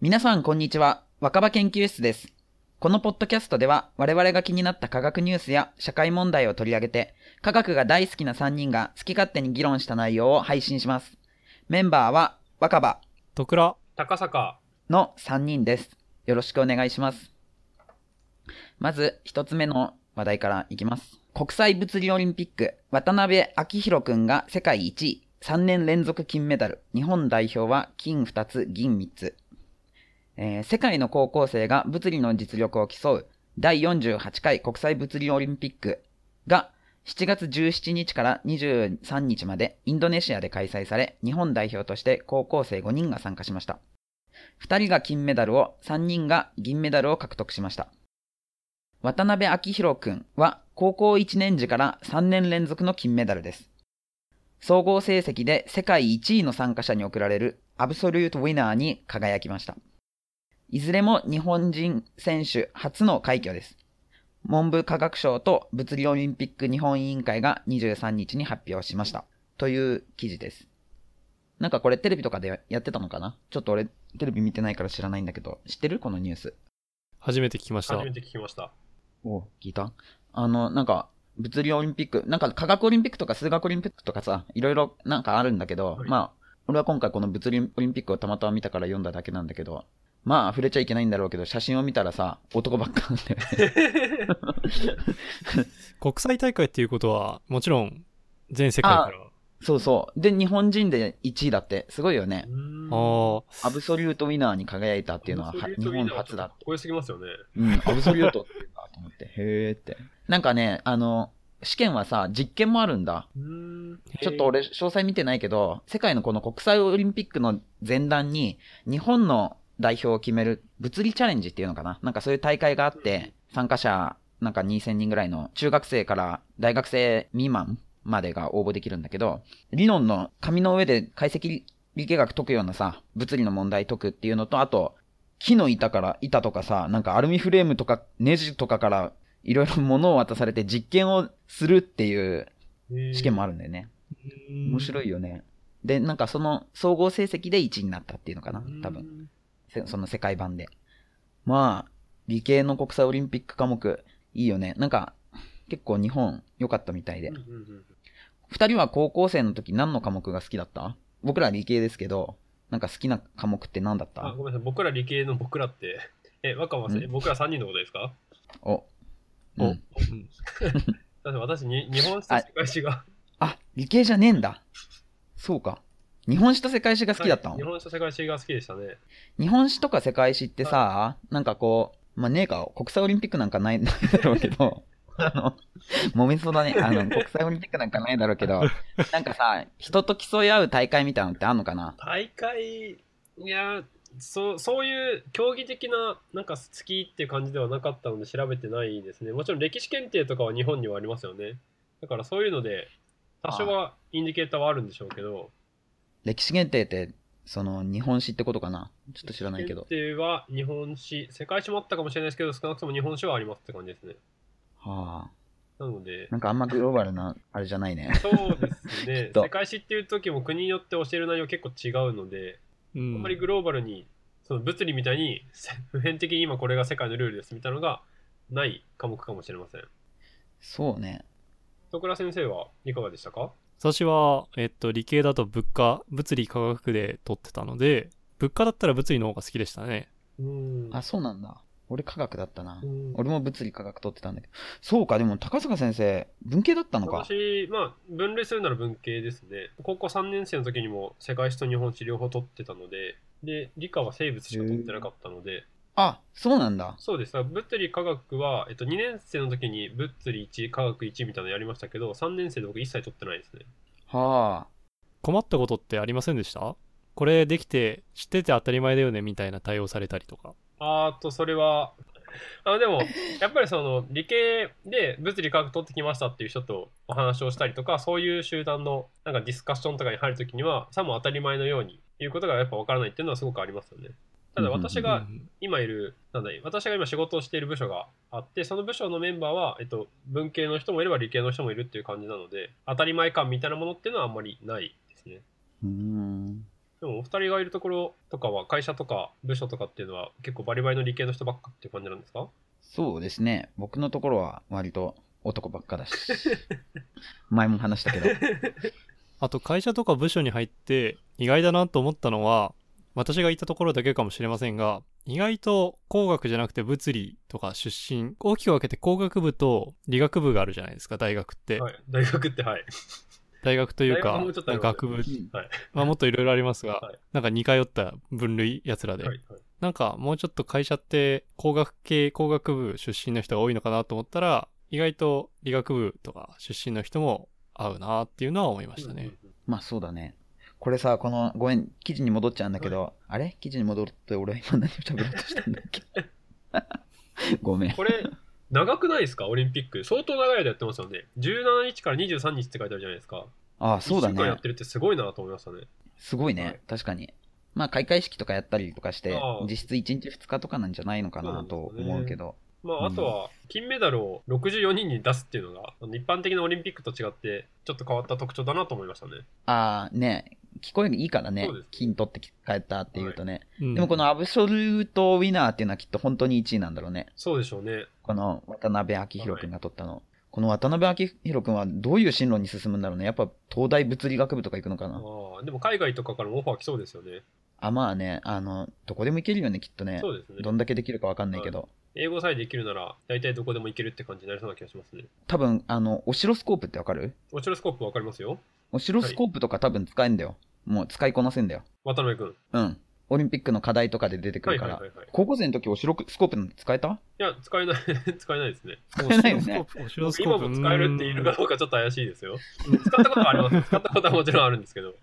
皆さん、こんにちは。若葉研究室です。このポッドキャストでは、我々が気になった科学ニュースや社会問題を取り上げて、科学が大好きな3人が好き勝手に議論した内容を配信します。メンバーは、若葉とくら高坂の3人です。よろしくお願いします。まず、一つ目の話題からいきます。国際物理オリンピック、渡辺明宏くんが世界1位、3年連続金メダル、日本代表は金2つ、銀3つ。えー世界の高校生が物理の実力を競う第48回国際物理オリンピックが7月17日から23日までインドネシアで開催され、日本代表として高校生5人が参加しました。2人が金メダルを、3人が銀メダルを獲得しました。渡辺明宏くんは高校1年時から3年連続の金メダルです。総合成績で世界1位の参加者に贈られるアブソリュートウィナーに輝きました。いずれも日本人選手初の快挙です。文部科学省と物理オリンピック日本委員会が23日に発表しました。という記事です。なんかこれテレビとかでやってたのかなちょっと俺テレビ見てないから知らないんだけど、知ってるこのニュース。初めて聞きました初めて聞きま したお聞いたあの、なんか、物理オリンピック、なんか科学オリンピックとか数学オリンピックとかさ、いろいろなんかあるんだけど、はいまあ、俺は今回この物理オリンピックをたまたま見たから読んだだけなんだけど、まあ、触れちゃいけないんだろうけど、写真を見たらさ、男ばっかなんだよね。 国際大会っていうことはもちろん全世界からそうそう。で、日本人で1位だって、すごいよね。あーアブソリュートウィナーに輝いたっていうのは、は日本初だかっこよすぎますよねうん、アブソリュートっていうんだと思って、へーって。なんかね、あの、試験はさ、実験もあるんだ。うーんちょっと俺、詳細見てないけど、世界のこの国際オリンピックの前段に、日本の代表を決める物理チャレンジっていうのかななんかそういう大会があって、参加者、なんか2000人ぐらいの中学生から大学生未満までが応募できるんだけど、理論の紙の上で解析力学解くようなさ、物理の問題解くっていうのと、あと、木の板から、板とかさ、なんかアルミフレームとかネジとかから、いろいろ物を渡されて実験をするっていう試験もあるるんだよね。面面白いいよね。で、なんかその総合成績で1位になったっていうのかな、多分。分せその世界版で。まあ、理系の国際オリンピック科目、いいよね。なんか、結構日本良かったみたいで。二人は高校生の時何の科目が好きだった僕ら理系ですけど、なんか好きな科目って何だっあたごめんなさい僕ら理系の僕らってえ若葉さんうん僕ら3人のことですかお。おうんだって私に日本史と世界史があ、理系じゃねえんだ。そうか。日本史と世界史が好きだったの、はい日本史と世界史が好きでしたね日本史とか世界史ってさ、なんかこう、まあ、ねえか、国際オリンピックなんかないない だろうけど、あの、揉めそうだね。あの、国際オリンピックなんかないだろうけど、なんかさ、人と競い合う大会みたいなのってあんのかな大会いやそうそういう競技的ななんか好きっていう感じではなかったので調べてないですねもちろん歴史検定とかは日本にはありますよねだからそういうので多少はインディケーターはあるんでしょうけど歴史限定って、その、日本史ってことかなちょっと知らないけど。検定は日本史世界史もあったかもしれないですけど少なくとも日本史はありますって感じですねはあ。な のでなんかあんまグローバルな、あれじゃないね。そうですねきっと世界史っていう時も国によって教える内容結構違うのでうあんんまりグローバルにその物理みたいに せ普遍的に今これが世界のルールですみたいなのがない科目かもしれません。そうね。徳倉先生はいかがでしたか私は、えっと、理系だと物価物理科学で取ってたので物価だったら物理の方が好きでしたねうーんあ、そうなんだ。俺科学だったなう。ん俺も物理科学取ってたんだけど。そうか、でも高坂先生、文系だったのか。私、まあ、分類するなら文系ですね。高校3年生の時にも世界史と日本史両方取ってたので、で、理科は生物しか取ってなかったので、あ、そうなんだ。そうです。だから物理科学は、えっと、2年生の時に物理1、科学1みたいなのやりましたけど、3年生で僕一切取ってないですね。はあ。困ったことってありませんでしたこれできて知ってて当たり前だよねみたいな対応されたりとかあーと、それは、あの、でも、やっぱりその、理系で物理科学取ってきましたっていう人とお話をしたりとか、そういう集団の、なんかディスカッションとかに入るときには、さも当たり前のように言うことがやっぱわからないっていうのはすごくありますよね。ただ、うんうんうん私うがん今いる、なんだい、私が今仕事をしている部署があって、その部署のメンバーは、えっと、文系の人もいれば理系の人もいるっていう感じなので、当たり前感みたいなものっていうのはあんまりないですね。うーん。でもお二人がいるところとかは会社とか部署とかっていうのは結構バリバリの理系の人ばっかっていう感じなんですかそうですね。僕のところは割と男ばっか だし。前も話したけど。あと会社とか部署に入って意外だなと思ったのは私が行ったところだけかもしれませんが意外と工学じゃなくて物理とか出身大きく分けて工学部と理学部があるじゃないですか大学って、はい、大学ってはい。大学という大か学もちょっとありますよ学部、んはい。まあ、もっといろいろありますが、はいなんか似通った分類やつらで、はい。はいなんかもうちょっと会社って工学系工学部出身の人が多いのかなと思ったら意外と理学部とか出身の人も合うなっていうのは思いましたね、。まあそうだね。これさ、この、ごめん、記事に戻っちゃうんだけど、あれ記事に戻って俺は今何を喋ろうとしたんだっけ ごめん。これ、長くないですかオリンピック。相当長い間やってますよね。17日から23日って書いてあるじゃないですか。ああ、そうだ一週間やねっ。てるってすごいなと思いましたね。すごいはねい。確かに。まあ開会式とかやったりとかしてああ、実質1日2日とかなんじゃないのかなとそうなん思ですねうけど。まうんあ、あとは、金メダルを64人に出すっていうのが、あの一般的なオリンピックと違って、ちょっと変わった特徴だなと思いましたね。ああ、ね、聞こえいいからねそうです、金取って帰ったっていうとね。うんでもこのアブソルートウィナーっていうのはきっと本当に1位なんだろうね。そうでしょうね。この渡辺明宏君が取ったの。この渡辺明宏君はどういう進路に進むんだろうね。やっぱ東大物理学部とか行くのかあな。あでも海外とかからもオファー来そうですよね。あ、まあね、あの、どこでも行けるよね、きっとね。そうですねど。んだけできるかわかんないけど。英語さえできるなら、大体どこでも行けるって感じになりそうな気がしますね。多分、あの、オシロスコープってわかるオチロスコープわかりますよオシロスコープとか多分使えんだよ。もう使いこなせんだよ。渡辺君。うん。オリンピックの課題とかで出てくはるいかはいら。はいはい。高校生の時オシロスコープなんて使えたいや、使えない、 使えないですね。使えないよね。オシロスコー今プ。も使えるっているかどうかちょっと怪しいですよ。使ったことはあります。使ったことはもちろんあるんです けど。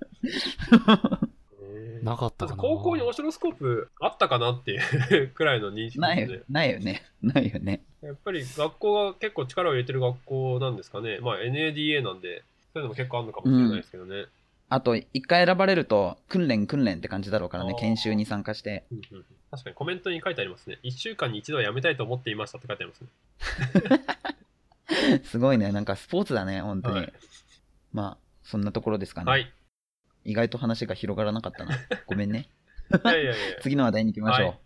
なかったまずかな。高校にオシロスコープあったかなっていうくらいの認識ないですよね。、ないよね。ないよね。やっぱり学校が結構力を入れてる学校なんですかね。まあ NADA なんで、そういうのも結構あるのかもしれないですけどね。あと、一回選ばれると、訓練訓練って感じだろうからねあ、ー研修に参加して。 うんうんうん確かにコメントに書いてありますね。1週間に一度はやめたいと思っていましたって書いてありますね。すごいね、なんかスポーツだね、本当に。はいまあ、そんなところですか ね。はい。意外と話が広がらなかった な。ごめんね。いやいやいや。次の話題に行きましょう。はい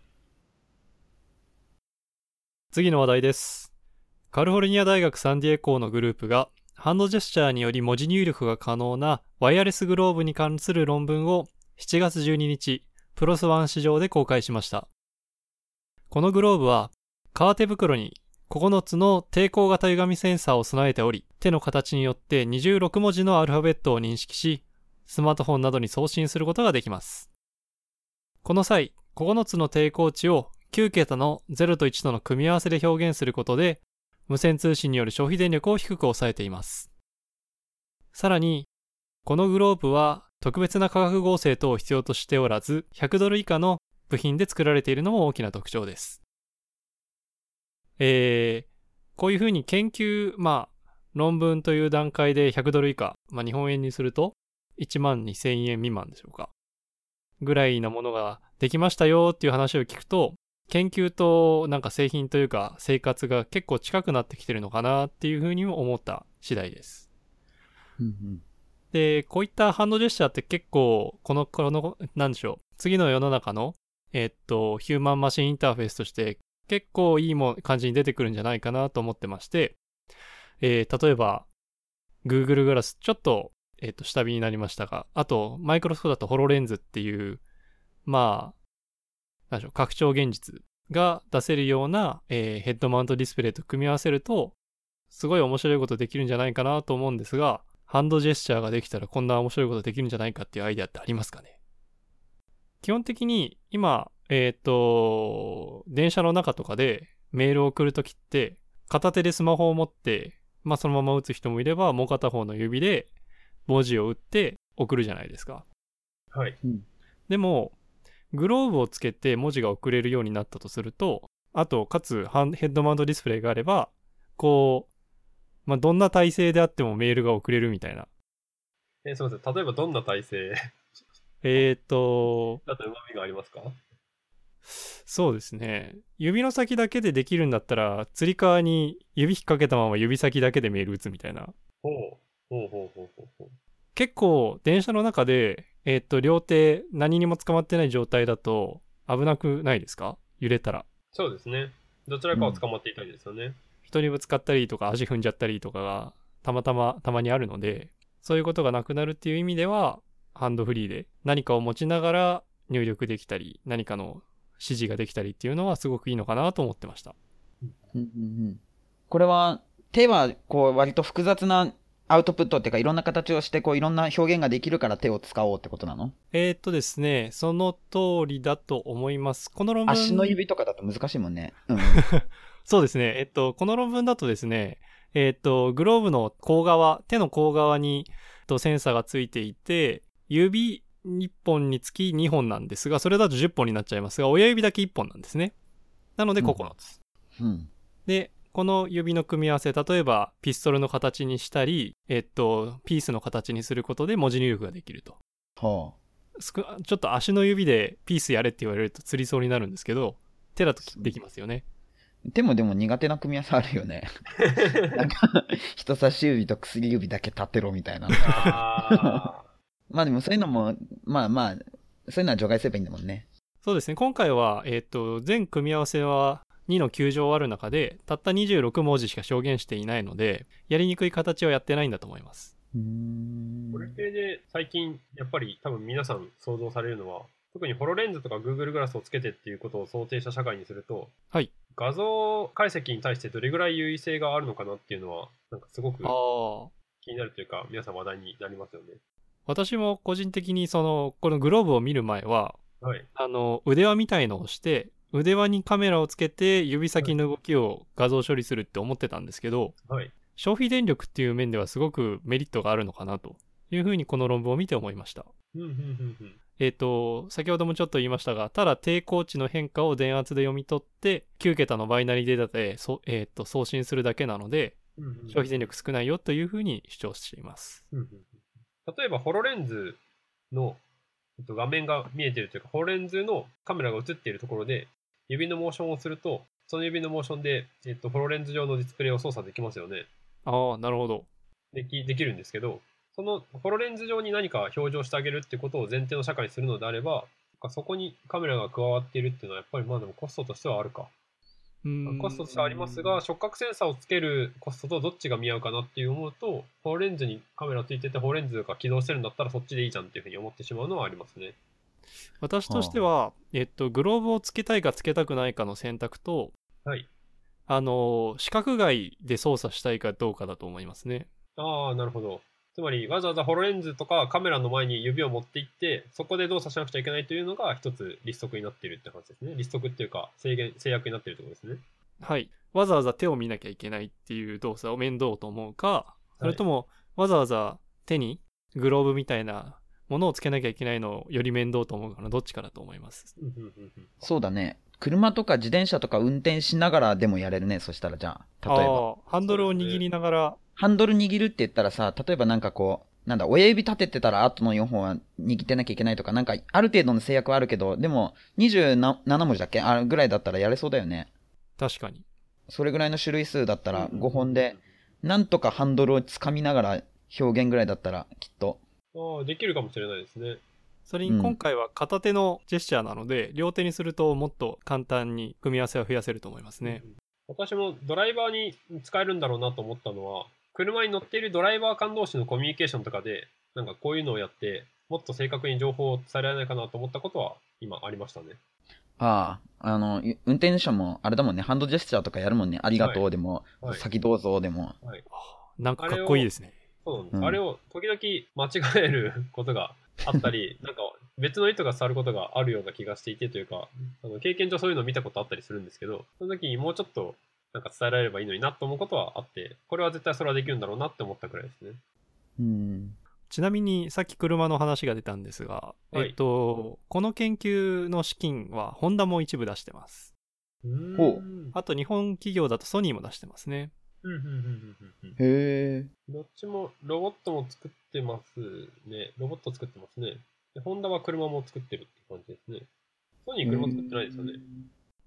次の話題です。カリフォルニア大学サンディエコーのグループが、ハンドジェスチャーにより文字入力が可能なワイヤレスグローブに関する論文を7月12日、プロスワン市場で公開しました。このグローブは、革手袋に9つの抵抗型歪みセンサーを備えており、手の形によって26文字のアルファベットを認識し、スマートフォンなどに送信することができます。この際、9つの抵抗値を9桁の0と1との組み合わせで表現することで、無線通信による消費電力を低く抑えています。さらに、このグローブは特別な化学合成等を必要としておらず、100ドル以下の部品で作られているのも大きな特徴です。えー、こういうふうに研究、まあ、論文という段階で100ドル以下、まあ、日本円にすると1万2000円未満でしょうか。ぐらいなものができましたよっていう話を聞くと研究となんか製品というか生活が結構近くなってきてるのかなっていうふうにも思った次第です。うんうんで、こういったハンドジェスチャーって結構、この、この、なんでしょう、次の世の中の、えっと、ヒューマンマシンインターフェースとして、結構いいもん感じに出てくるんじゃないかなと思ってまして、えー例えば、Google グラス、ちょっと、えっと、下火になりましたが、あと、マイクロソフトだとホロレンズっていう、まあ、なんでしょう、拡張現実が出せるような、えーヘッドマウントディスプレイと組み合わせると、すごい面白いことできるんじゃないかなと思うんですが、ハンドジェスチャーができたらこんな面白いことできるんじゃないかっていうアイデアってありますかね基本的に今、えっ、と、電車の中とかでメールを送るときって、片手でスマホを持って、まあそのまま打つ人もいれば、もう片方の指で文字を打って送るじゃないですか。はい。でも、グローブをつけて文字が送れるようになったとすると、あと、かつハンヘッドマウントディスプレイがあれば、こう、まあ、どんな体勢であってもメールが送れるみたいな。えーすみません。例えばどんな体勢 えっ、と、だと旨味がありますかそうですね。指の先だけでできるんだったら、つり革に指引っ掛けたまま指先だけでメール打つみたいな。ほう。ほうほうほうほうほう。結構、電車の中でえっと、両手、何にも捕まってない状態だと、危なくないですか揺れたら。そうですね。どちらかを捕まっていたいですよね。人にぶつかったりとか、足踏んじゃったりとかが、たまたま、たまにあるので、そういうことがなくなるっていう意味では、ハンドフリーで何かを持ちながら入力できたり、何かの指示ができたりっていうのはすごくいいのかなと思ってました。うんうんうんこれは手はこう割と複雑なアウトプットっていうかいろんな形をしてこういろんな表現ができるから手を使おうってことなのえーっとですね、その通りだと思います。この論文。足の指とかだと難しいもんね。 うん、そうですね。えっと、この論文だとですね、えっと、グローブの甲側、手の甲側に、えっと、センサーがついていて、指1本につき2本なんですが、それだと10本になっちゃいますが、親指だけ1本なんですね。なのでうん9つ。うんで、この指の組み合わせ、例えばピストルの形にしたり、えっと、ピースの形にすることで文字入力ができると。ほすくちょっと足の指でピースやれって言われると釣りそうになるんですけど、手だとできますよね。う手もでも苦手な組み合わせあるよね。なんか人差し指と薬指だけ立てろみたいな。 あまあでもそういうのもまあまあそういうのは除外すればいいんだもんね。そうですね今回は、えー、と全組み合わせは2の9乗ある中でたった26文字しか表現していないのでやりにくい形はやってないんだと思いますうーーんこれ系で最近、やっぱり多分皆さん想像されるのは、特にホロレンズとか Google グラスをつけてっていうことを想定した社会にすると、はい画像解析に対してどれぐらい優位性があるのかなっていうのは、なんかすごくああ気になるというか、皆さん話題になりますよね。私も個人的にそのこのグローブを見る前ははい。あの腕輪みたいのをして腕輪にカメラをつけて指先の動きを画像処理するって思ってたんですけどはい。消費電力っていう面ではすごくメリットがあるのかなというふうにこの論文を見て思いましたうん、うん、うん、うん。えっ、と、先ほどもちょっと言いましたが、ただ抵抗値の変化を電圧で読み取って、9桁のバイナリーデータでそ、えっと送信するだけなので、うんうん消費電力少ないよというふうに主張しています。うんうんうん例えば、ホロレンズのえっと画面が見えてるというか、ホロレンズのカメラが映っているところで、指のモーションをすると、その指のモーションで、えっと、ホロレンズ上のディスプレイを操作できますよね。ああ、なるほど。できできるんですけど、そのホロレンズ上に何か表情してあげるってことを前提の社会にするのであれば、そこにカメラが加わっているっていうのは、やっぱりまあでもコストとしてはあるか。うーんコストとしてはありますが、、触覚センサーをつけるコストとどっちが見合うかなっていう思うと、ホーレンズにカメラついてて、ホーレンズが起動してるんだったらそっちでいいじゃんっていうふうに思ってしまうのはありますね。私としては、えっと、グローブをつけたいかつけたくないかの選択と、はい。あのー、視覚外で操作したいかどうかだと思いますね。ああ、なるほど。つまり、わざわざホロレンズとかカメラの前に指を持っていって、そこで動作しなくちゃいけないというのが一つ立足になっているって話ですね。立足っていうか、制限、制約になっているところですね。はい。わざわざ手を見なきゃいけないっていう動作を面倒と思うか、それともわざわざ手にグローブみたいなものをつけなきゃいけないのをより面倒と思うかのどっちかだと思います。うんうんうんうんそうだね。車とか自転車とか運転しながらでもやれるね。そしたらじゃあ、例えば。ああ、ハンドルを握りながら、ハンドル握るって言ったらさ、例えばなんかこう、なんだ、親指立ててたら後の4本は握ってなきゃいけないとか、なんかある程度の制約はあるけど、でも27文字だっけあぐらいだったらやれそうだよね。確かに。それぐらいの種類数だったら5本で、。なんとかハンドルをつかみながら表現ぐらいだったらきっと。ああ、できるかもしれないですね。それうにん今回は片手のジェスチャーなので、両手にするともっと簡単に組み合わせを増やせると思いますね。うん私もドライバーに使えるんだろうなと思ったのは車に乗っているドライバー間同士のコミュニケーションとかでなんかこういうのをやってもっと正確に情報を伝えられないかなと思ったことは今ありましたね。ああ、あの、い運転手もあれだもんね、ハンドジェスチャーとかやるもんね。ありがとはうでも、はい、先どうぞでも。なんかかっこいいですね。そうなんです、うんあれを時々間違えることがあっ たりなんか別の意図が伝わることがあるような気がしていてというかあの経験上そういうのを見たことあったりするんですけどその時にもうちょっとなんか伝えられればいいのになと思うことはあってこれは絶対それはできるんだろうなって思ったくらいですね。うん。ちなみにさっき車の話が出たんですが、はいえっと、この研究の資金はホンダも一部出してます。うーんほうあと日本企業だとソニーも出してますね。うんうんうんうんうんうんへえ。どっちもロボットも作ってますね。ロボット作ってますね。で、ホンダは車も作ってるって感じですね。ソニー車作ってないですよね。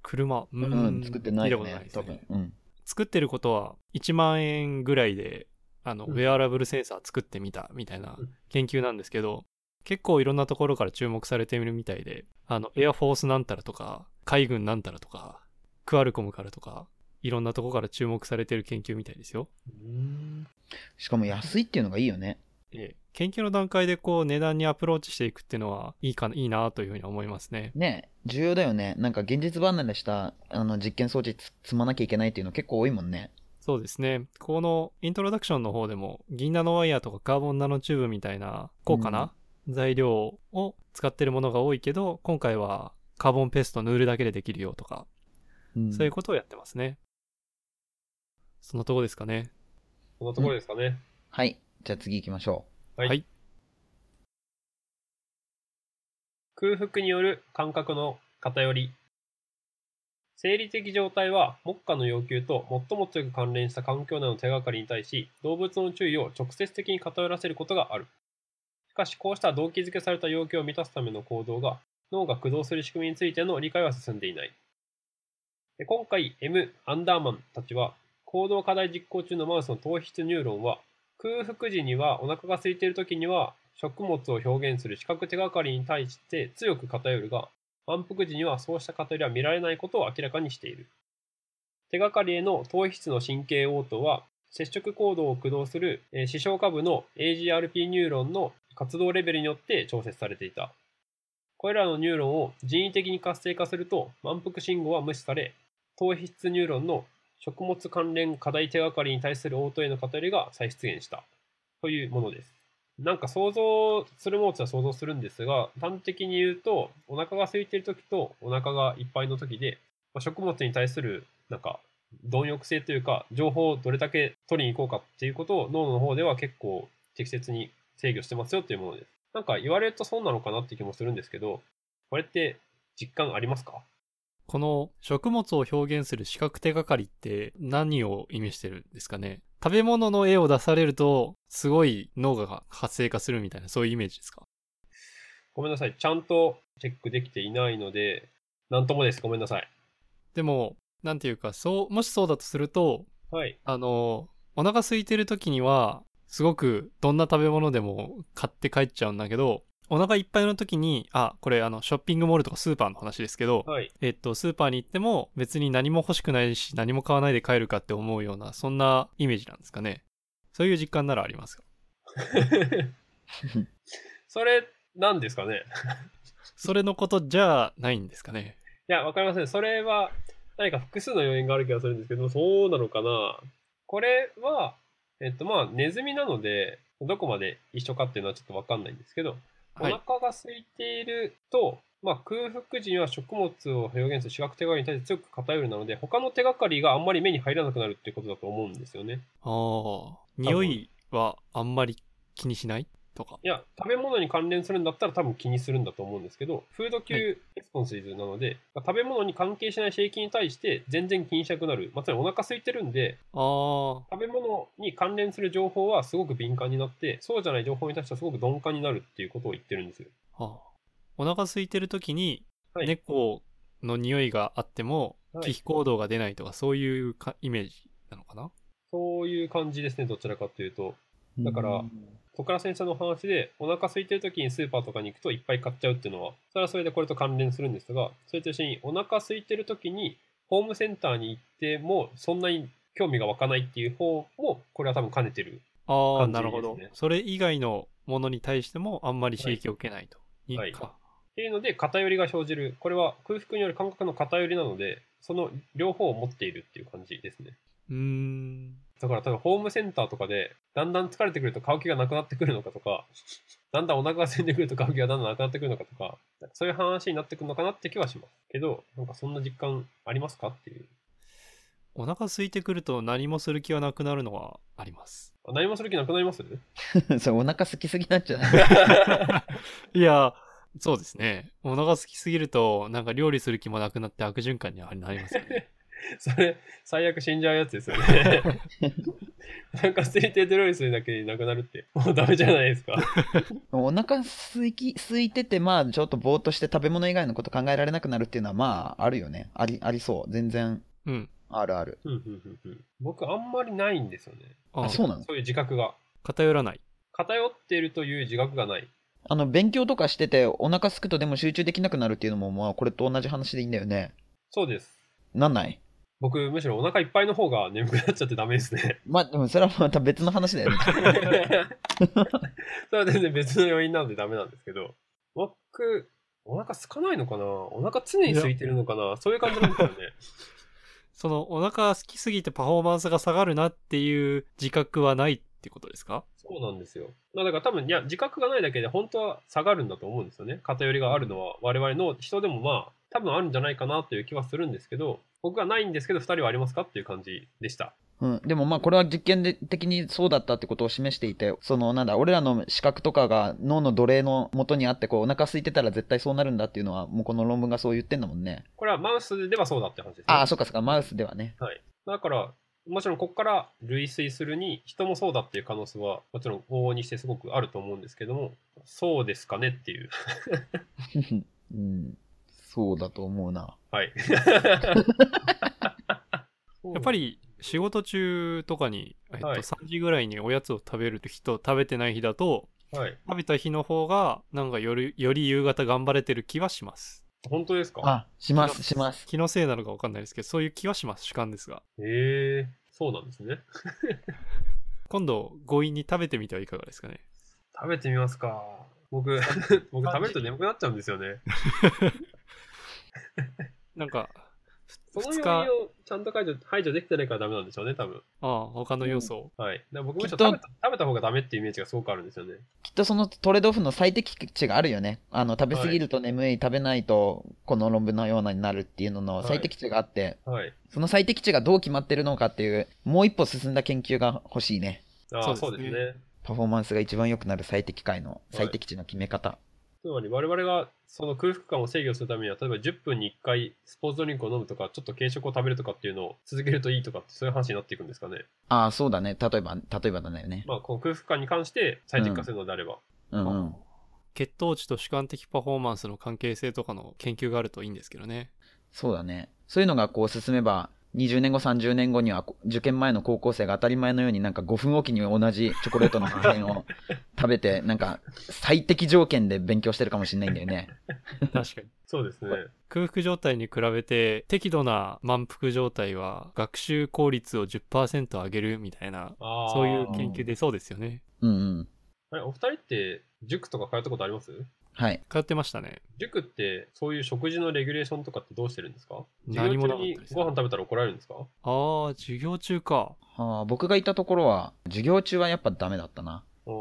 車、ううんん、作ってないよ見たことねで、す多分。うん。作ってることは1万円ぐらいで、あの、うんウェアラブルセンサー作ってみたみたいなうん研究なんですけど、結構いろんなところから注目されているみたいで、あの、エアフォースなんたらとか、海軍なんたらとか、クアルコムからとか、いろんなとこから注目されている研究みたいですよ。うんしかも安いっていうのがいいよね。ええ研究の段階でこう値段にアプローチしていくっていうのはいいかないいなというふうに思いますね。ね重要だよね。なんか現実離れしたあの実験装置つ積まなきゃいけないっていうの結構多いもんね。そうですね。このイントロダクションの方でも銀ナノワイヤーとかカーボンナノチューブみたいな高価な材料を使ってるものが多いけど、今回はカーボンペースト塗るだけでできるよとか、うんそういうことをやってますね。そのとこですかね。こんなところですかね。はい。じゃあ次行きましょはいはい空腹による感覚の偏り。生理的状態は目下の要求と最も強く関連した環境内の手がかりに対し動物の注意を直接的に偏らせることがある。しかしこうした動機づけされた要求を満たすための行動が脳が駆動する仕組みについての理解は進んでいない。で今回 M ・アンダーマンたちは行動課題実行中のマウスの糖質ニューロンは空腹時にはお腹が空いている時には食物を表現する視覚手がかりに対して強く偏るが満腹時にはそうした偏りは見られないことを明らかにしている手がかりへの糖質の神経応答は接触行動を駆動するえー視床下部の AGRP ニューロンの活動レベルによって調節されていたこれらのニューロンを人為的に活性化すると満腹信号は無視され糖質ニューロンの食物関連課題手がかりに対する応答への偏りが再出現したというものです。なんか想像するものとは想像するんですが、端的に言うと、お腹が空いている時とお腹がいっぱいの時で、まあ食物に対するなんか貪欲性というか、情報をどれだけ取りに行こうかっていうことを脳の方では結構適切に制御してますよというものです。なんか言われるとそうなのかなって気もするんですけど、これって実感ありますかこの食物を表現する視覚手がかりって何を意味してるんですかね食べ物の絵を出されるとすごい脳が活性化するみたいなそういうイメージですかごめんなさい。ちゃんとチェックできていないので、なんともです。ごめんなさい。でもなんていうかそうもしそうだとするとはい。あのお腹空いてる時にはすごくどんな食べ物でも買って帰っちゃうんだけどお腹いっぱいの時にあこれあのショッピングモールとかスーパーの話ですけどはい。えっと、スーパーに行っても別に何も欲しくないし何も買わないで帰るかって思うようなそんなイメージなんですかねそういう実感ならありますかそれ、なんですかね。それのことじゃないんですかねいや、わかりません。それは、何か複数の要因がある気がするんですけど、そうなのかな。これは、えっと、まあ、ネズミなので、どこまで一緒かっていうのはちょっとわかんないんですけど、おはい腹が空いていると、まあ、空腹時には食物を表現する視覚手がかりに対して強く偏るなので、他の手がかりがあんまり目に入らなくなるっていうことだと思うんですよね。ああ匂いはあんまり気にしないとかいや、食べ物に関連するんだったら多分気にするんだと思うんですけど、フードはい級レスポンスイズなので、食べ物に関係しない刺激に対して全然気にしなくなる。まあつまりお腹空いてるんで、ああは食べ物に関連する情報はすごく敏感になって、そうじゃない情報に対してはすごく鈍感になるっていうことを言ってるんですよ。あお腹空いてる時にはい猫の匂いがあってもはい忌避行動が出ないとかそういうかイメージなのかなそういう感じですね、どちらかというと。う。だからうんトカラ先生の話で、お腹空いてる時にスーパーとかに行くといっぱい買っちゃうっていうのは、それはそれでこれと関連するんですが、それと一緒にお腹空いてる時にホームセンターに行ってもそんなに興味が湧かないっていう方も、これは多分兼ねてる。ああ、感じでなすねるほど。それ以外のものに対してもあんまり刺激を受けないと。いはいいか。っていうので、偏りが生じる。これは空腹による感覚の偏りなので、その両方を持っているっていう感じですね。うーん。だから多分ホームセンターとかで、だんだん疲れてくると買う気がなくなってくるのかとか、だんだんお腹が空いてくると買う気がだんだんなくなってくるのかとか、なんかそういう話になってくるのかなって気はします。けど、なんかそんな実感ありますかっていう。お腹空いてくると何もする気はなくなるのはあり ます。あ何もする気なくなりま す それお腹空きすぎなんじゃないいや、そうですね。お腹空きすぎると、なんか料理する気もなくなって悪循環にはなりますよね。それ、最悪死んじゃうやつですよね。 なんか空いてて料理するだけでなくなるって、もうダメじゃないですか。お腹空き空いてて、まあちょっとぼーっとして食べ物以外のこと考えられなくなるっていうのはまああるよね。あり、ありそう。全然うん。あるある。うんうんうんうん僕あんまりないんですよね。ああ、そうなのそういう自覚が。偏らない。偏っているという自覚がない。あの、勉強とかしてて、お腹すくとでも集中できなくなるっていうのも、まあ、これと同じ話でいいんだよね。そうです。なんない僕、むしろお腹いっぱいの方が眠くなっちゃってダメで すね。まあ、でもそれはまた別の話だよね。それは全然別の要因なんでダメなんですけど。僕、お腹空かないのかなお腹常に空いてるのかなそういう感じなんですよね。そのお腹空きすぎてパフォーマンスが下がるなっていう自覚はないってことですかそうなんですよ。まあだから多分、いや、自覚がないだけで本当は下がるんだと思うんですよね。偏りがあるのは我々の人でもまあ、多分あるんじゃないかなという気はするんですけど、僕はないんですけど、2人はありますかっていう感じでした。うん、でもまあこれは実験で的にそうだったってことを示していてそのなんだ俺らの視覚とかが脳の奴隷の元にあってこうお腹空いてたら絶対そうなるんだっていうのはもうこの論文がそう言ってんだもんねこれはマウスではそうだって話ですね。ああそっかそっかマウスではねだから、もちろんここから類推するに、人もそうだっていう可能性は、もちろん往々にしてすごくあると思うんですけども、そうですかねっていう。 うんそうだと思うなはい。やっぱり仕事中とかに、えっと、はい3時ぐらいにおやつを食べる日と食べてない日だとはい。食べた日の方がなんかよりより夕方頑張れてる気はします本当ですかあしますします気のせいなのか分かんないですけどそういう気はします主観ですがええそうなんですね。今度強引に食べてみてはいかがですかね食べてみますか。僕、 僕食べると眠くなっちゃうんですよね。なんかその2要日因をちゃんと解除排除できてないからダメなんでしょうね、多分。ああ他の要素を、はい。だから僕もちょきっとっと食べた食べた方がダメっていうイメージがすごくあるんですよね。きっとそのトレードオフの最適値があるよねあの食べ過ぎると眠い、食べないとこの論文のようなになるっていうのの最適値があって、はい。その最適値がどう決まってるのかっていうもう一歩進んだ研究が欲しいねああ、そそううでですすねね。パフォーマンスが一番良くなる最適解の最適値の決め方、つまり我々がその空腹感を制御するためには、例えば10分に1回スポーツドリンクを飲むとか、ちょっと軽食を食べるとかっていうのを続けるといいとかって、そういう話になっていくんですかね。ああそうだね例えば例えばだよねまあ、この空腹感に関して最適化するのであれば。うんうん、血糖値と主観的パフォーマンスの関係性とかの研究があるといいんですけどねそうだねそういうのがこう進めば20年後30年後にはこ受験前の高校生が当たり前のようになんか5分おきに同じチョコレートの破片を食べてなんか最適条件で勉強してるかもしれないんだよね確かにそうですね。空腹状態に比べて適度な満腹状態は学習効率を10%上げるみたいなああ。そういう研究でそうですよねうんうんあれ、お二人って塾とか通ったことありますはい通ってましたね塾ってそういう食事のレギュレーションとかってどうしてるんですか何もなかった授業で中すにご飯食べたら怒られるんですかああ授業中かああ僕がいたところは授業中はやっぱダメだったなうん。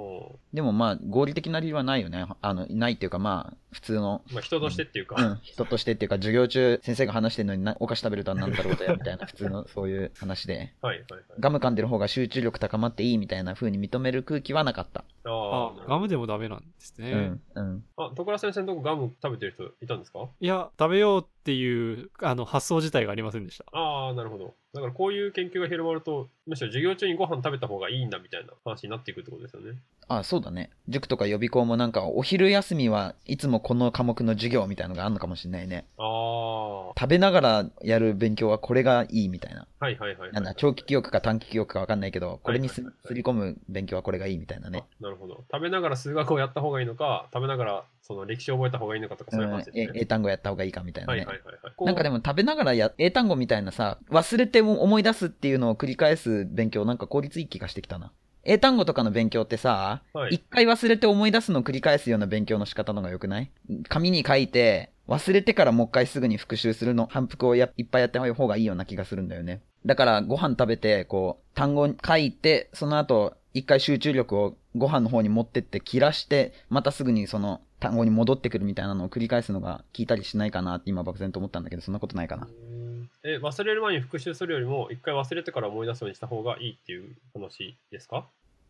でもまあ合理的な理由はないよねあのないっていうかまあ普通のまあ人としてっていうか、うん、人としてっていうか、授業中、先生が話してるのになお菓子食べるとはなんだろうだよ、みたいな、普通のそういう話で。はいはいはい。ガム噛んでる方が集中力高まっていいみたいな風に認める空気はなかった。あああガムでもダメなんですね、うん、うん。あ、徳良先生のとこガム食べてる人いたんですかいや食べようっていうあの発想自体がありませんでしたああ、なるほど。だからこういう研究が広まると、むしろ授業中にご飯食べた方がいいんだみたいな話になっていくってことですよね。あ、そうだね。塾とか予備校もなんか、お昼休みはいつもこの科目の授業みたいのがあるのかもしれないね。ああ、は食べながらやる勉強はこれがいいみたいな。いはいはいはい。なんだ、長期記憶か短期記憶かわかんないけど、これにすはいはいはいすり込む勉強はこれがいいみたいなねあ。なるほど。食べながら数学をやった方がいいのか、食べながらその歴史を覚えた方がいいのかとかう、そういうん話えですね。英単語やった方がいいかみたいなはいねはい。はいはい。なんかでも食べながらや英単語みたいなさ忘れても思い出すっていうのを繰り返す勉強なんか効率いい気がしてきたな英単語とかの勉強ってさも、はい一、回忘れて思い出すのを繰り返すような勉強の仕方の方が良くない紙に書いて忘れてからもう一回すぐに復習するの反復をやいっぱいやった方がいいような気がするんだよねだからご飯食べてこう単語書いてその後一回集中力をご飯の方に持ってって切らしてまたすぐにその単語に戻ってくるみたいなのを繰り返すのが効いたりしないかなって今漠然と思ったんだけどそんなことないかなうんえ、忘れる前に復習するよりも、一回忘れてから思い出すようにした方がいいっていう話ですか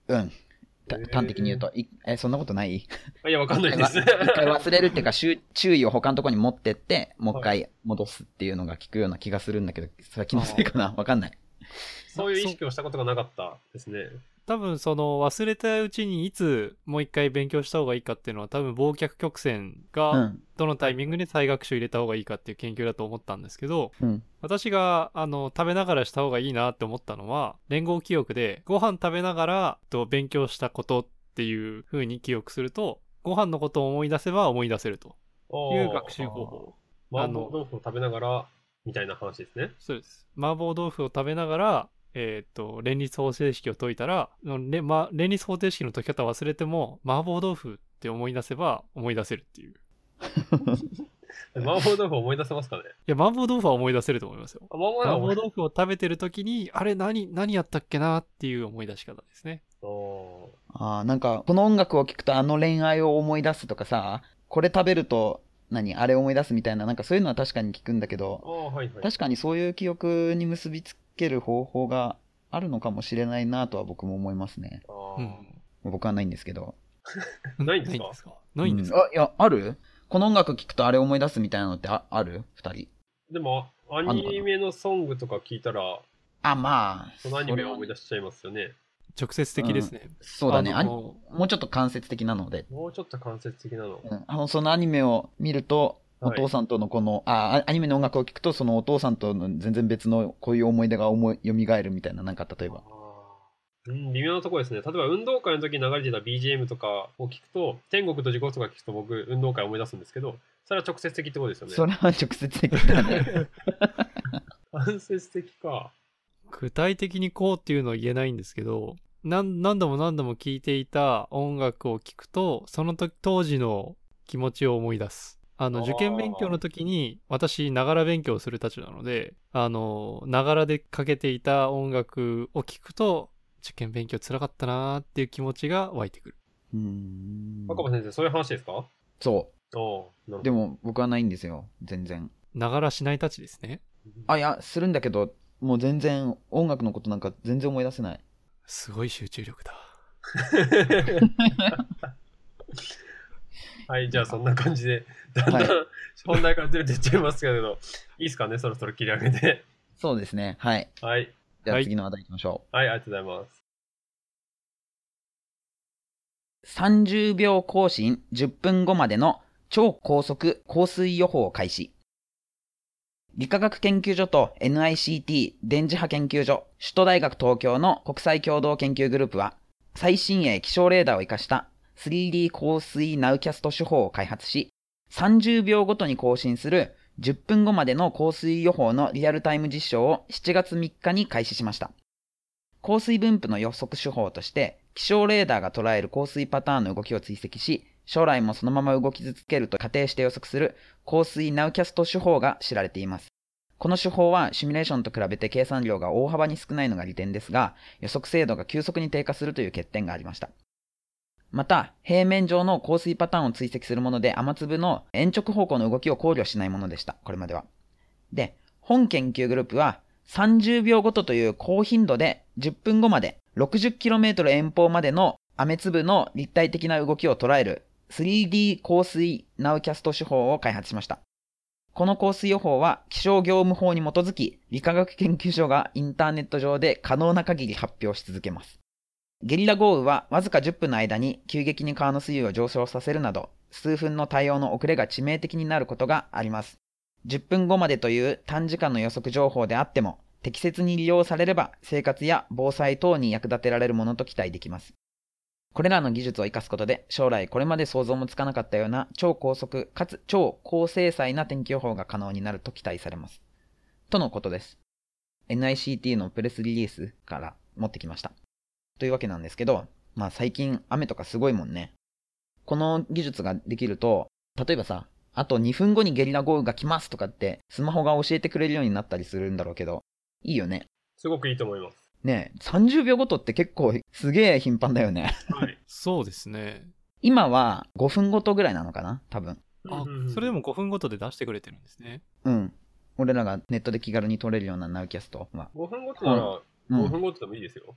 うんたへー端的に言うといえそんなことないあいや、わかんないです。一回忘れるっていうか集注意を他のとこに持ってってもう一回戻すっていうのが効くような気がするんだけどそれは気のせいかなわかんない そういう意識をしたことがなかったですね。多分その忘れたうちにいつもう一回勉強した方がいいかっていうのは多分忘却曲線うがんどのタイミングで再学習入れた方がいいかっていう研究だと思ったんですけど、うん私があの食べながらした方がいいなって思ったのは連合記憶でご飯食べながらと勉強したことっていう風に記憶するとご飯のことを思い出せば思い出せるとおいーう学習方法。麻あの婆豆腐を食べながらみたいな話ですね。そうです。麻婆豆腐を食べながら、えーっと、連立方程式を解いたら、れま、連立方程式の解き方忘れても、麻婆豆腐って思い出せば思い出せるっていう。い麻婆豆腐思い出せますかねや、麻婆豆腐は思い出せると思いますよ。あ麻婆麻豆婆腐豆腐を食べてる時に、あれ何、何やったっけなっていう思い出し方ですね。おああ、なんか、この音楽を聴くとあの恋愛を思い出すとかさ、これ食べると、何、あれ思い出すみたいな、なんかそういうのは確かに聞くんだけーど、あー、はいはい。確かにそういう記憶に結びつける方法があるのかもしれないなとは僕も思いますね。あうーん。僕はないんですけど。 ないんですかないんですかうんあ、いや、あるこの音楽聴くとあれ思い出すみたいなのってあある二人。でも、アのかなニメのソングとか聞いたら、あ、まあ。そのアニメを思い出しちゃいますよね。直接的ですね。そうだね。ああのもうちょっと間接的なので。もうちょっと間接的なの。うんあの、そのアニメを見ると、おはい父さんとのこの、あ、あアニメの音楽を聴くと、そのお父さんとの全然別のこういう思い出が思い、蘇るみたいな、なんか例えば。あーうん、微妙なところですね。例えば運動会の時に流れてた BGM とかを聞くと、天国と地獄とか聞くと僕、運動会思い出すんですけど、それは直接的ってことですよね。それは直接的だね。間接的か。具体的にこうっていうのは言えないんですけど何何度も何度も聴いていた音楽を聴くとその時当時の気持ちを思い出すあのあー受験勉強の時に私ながら勉強をする立場なのであのながらでかけていた音楽を聴くと受験勉強つらかったなーっていう気持ちが湧いてくるうーん。若葉先生、そういう話ですかそおーなるほう。どでも僕はないんですよ。全然。ながらしないたちですねあ、いや、するんだけど、もう全然音楽のことなんか全然思い出せない。すごい集中力だ はい、じゃあそんな感じで、だんだんは本題からずれていっちゃいますけれど、いいですかね、そろそろ切り上げて。そうですね。はい。はい、じゃはあい次の話題行きましょはい、ありがとうございます。う。30秒更新10分後までの超高速降水予報を開始。理化学研究所と NICT 電磁波研究所、首都大学東京の国際共同研究グループは、最新鋭気象レーダーを活かした 3D 降水ナウキャスト手法を開発し、30秒ごとに更新する10分後までの降水予報のリアルタイム実証を7月3日に開始しました。降水分布の予測手法として、気象レーダーが捉える降水パターンの動きを追跡し、将来もそのまま動き続けると仮定して予測する降水ナウキャスト手法が知られています。この手法はシミュレーションと比べて計算量が大幅に少ないのが利点ですが、予測精度が急速に低下するという欠点がありました。また、平面上の降水パターンを追跡するもので、雨粒の延直方向の動きを考慮しないものでした。これまでは。で、本研究グループは、30秒ごとという高頻度で10分後まで 60km 遠方までの雨粒の立体的な動きを捉える 3D 降水ナウキャスト手法を開発しました。この降水予報は気象業務法に基づき理化学研究所がインターネット上で可能な限り発表し続けます。ゲリラ豪雨はわずか10分の間に急激に川の水位を上昇させるなど数分の対応の遅れが致命的になることがあります。10分後までという短時間の予測情報であっても適切に利用されれば生活や防災等に役立てられるものと期待できます。これらの技術を生かすことで将来これまで想像もつかなかったような超高速かつ超高精細な天気予報が可能になると期待されます。とのことです。NICT のプレスリリースから持ってきました。というわけなんですけど、まあ最近雨とかすごいもんね。この技術ができると、例えばさ、あと2分後にゲリラ豪雨が来ますとかってスマホが教えてくれるようになったりするんだろうけど、いいよね。すごくいいと思います。ねえ、30秒ごとって結構すげえ頻繁だよね。 はい。そうですね今は5分ごとぐらいなのかな多分。 あうんうんうんそれでも5分ごとで出してくれてるんですねうん。俺らがネットで気軽に撮れるようなナウキャストは。 5分ごとなら、う5ん。分ごとでもいいですよ。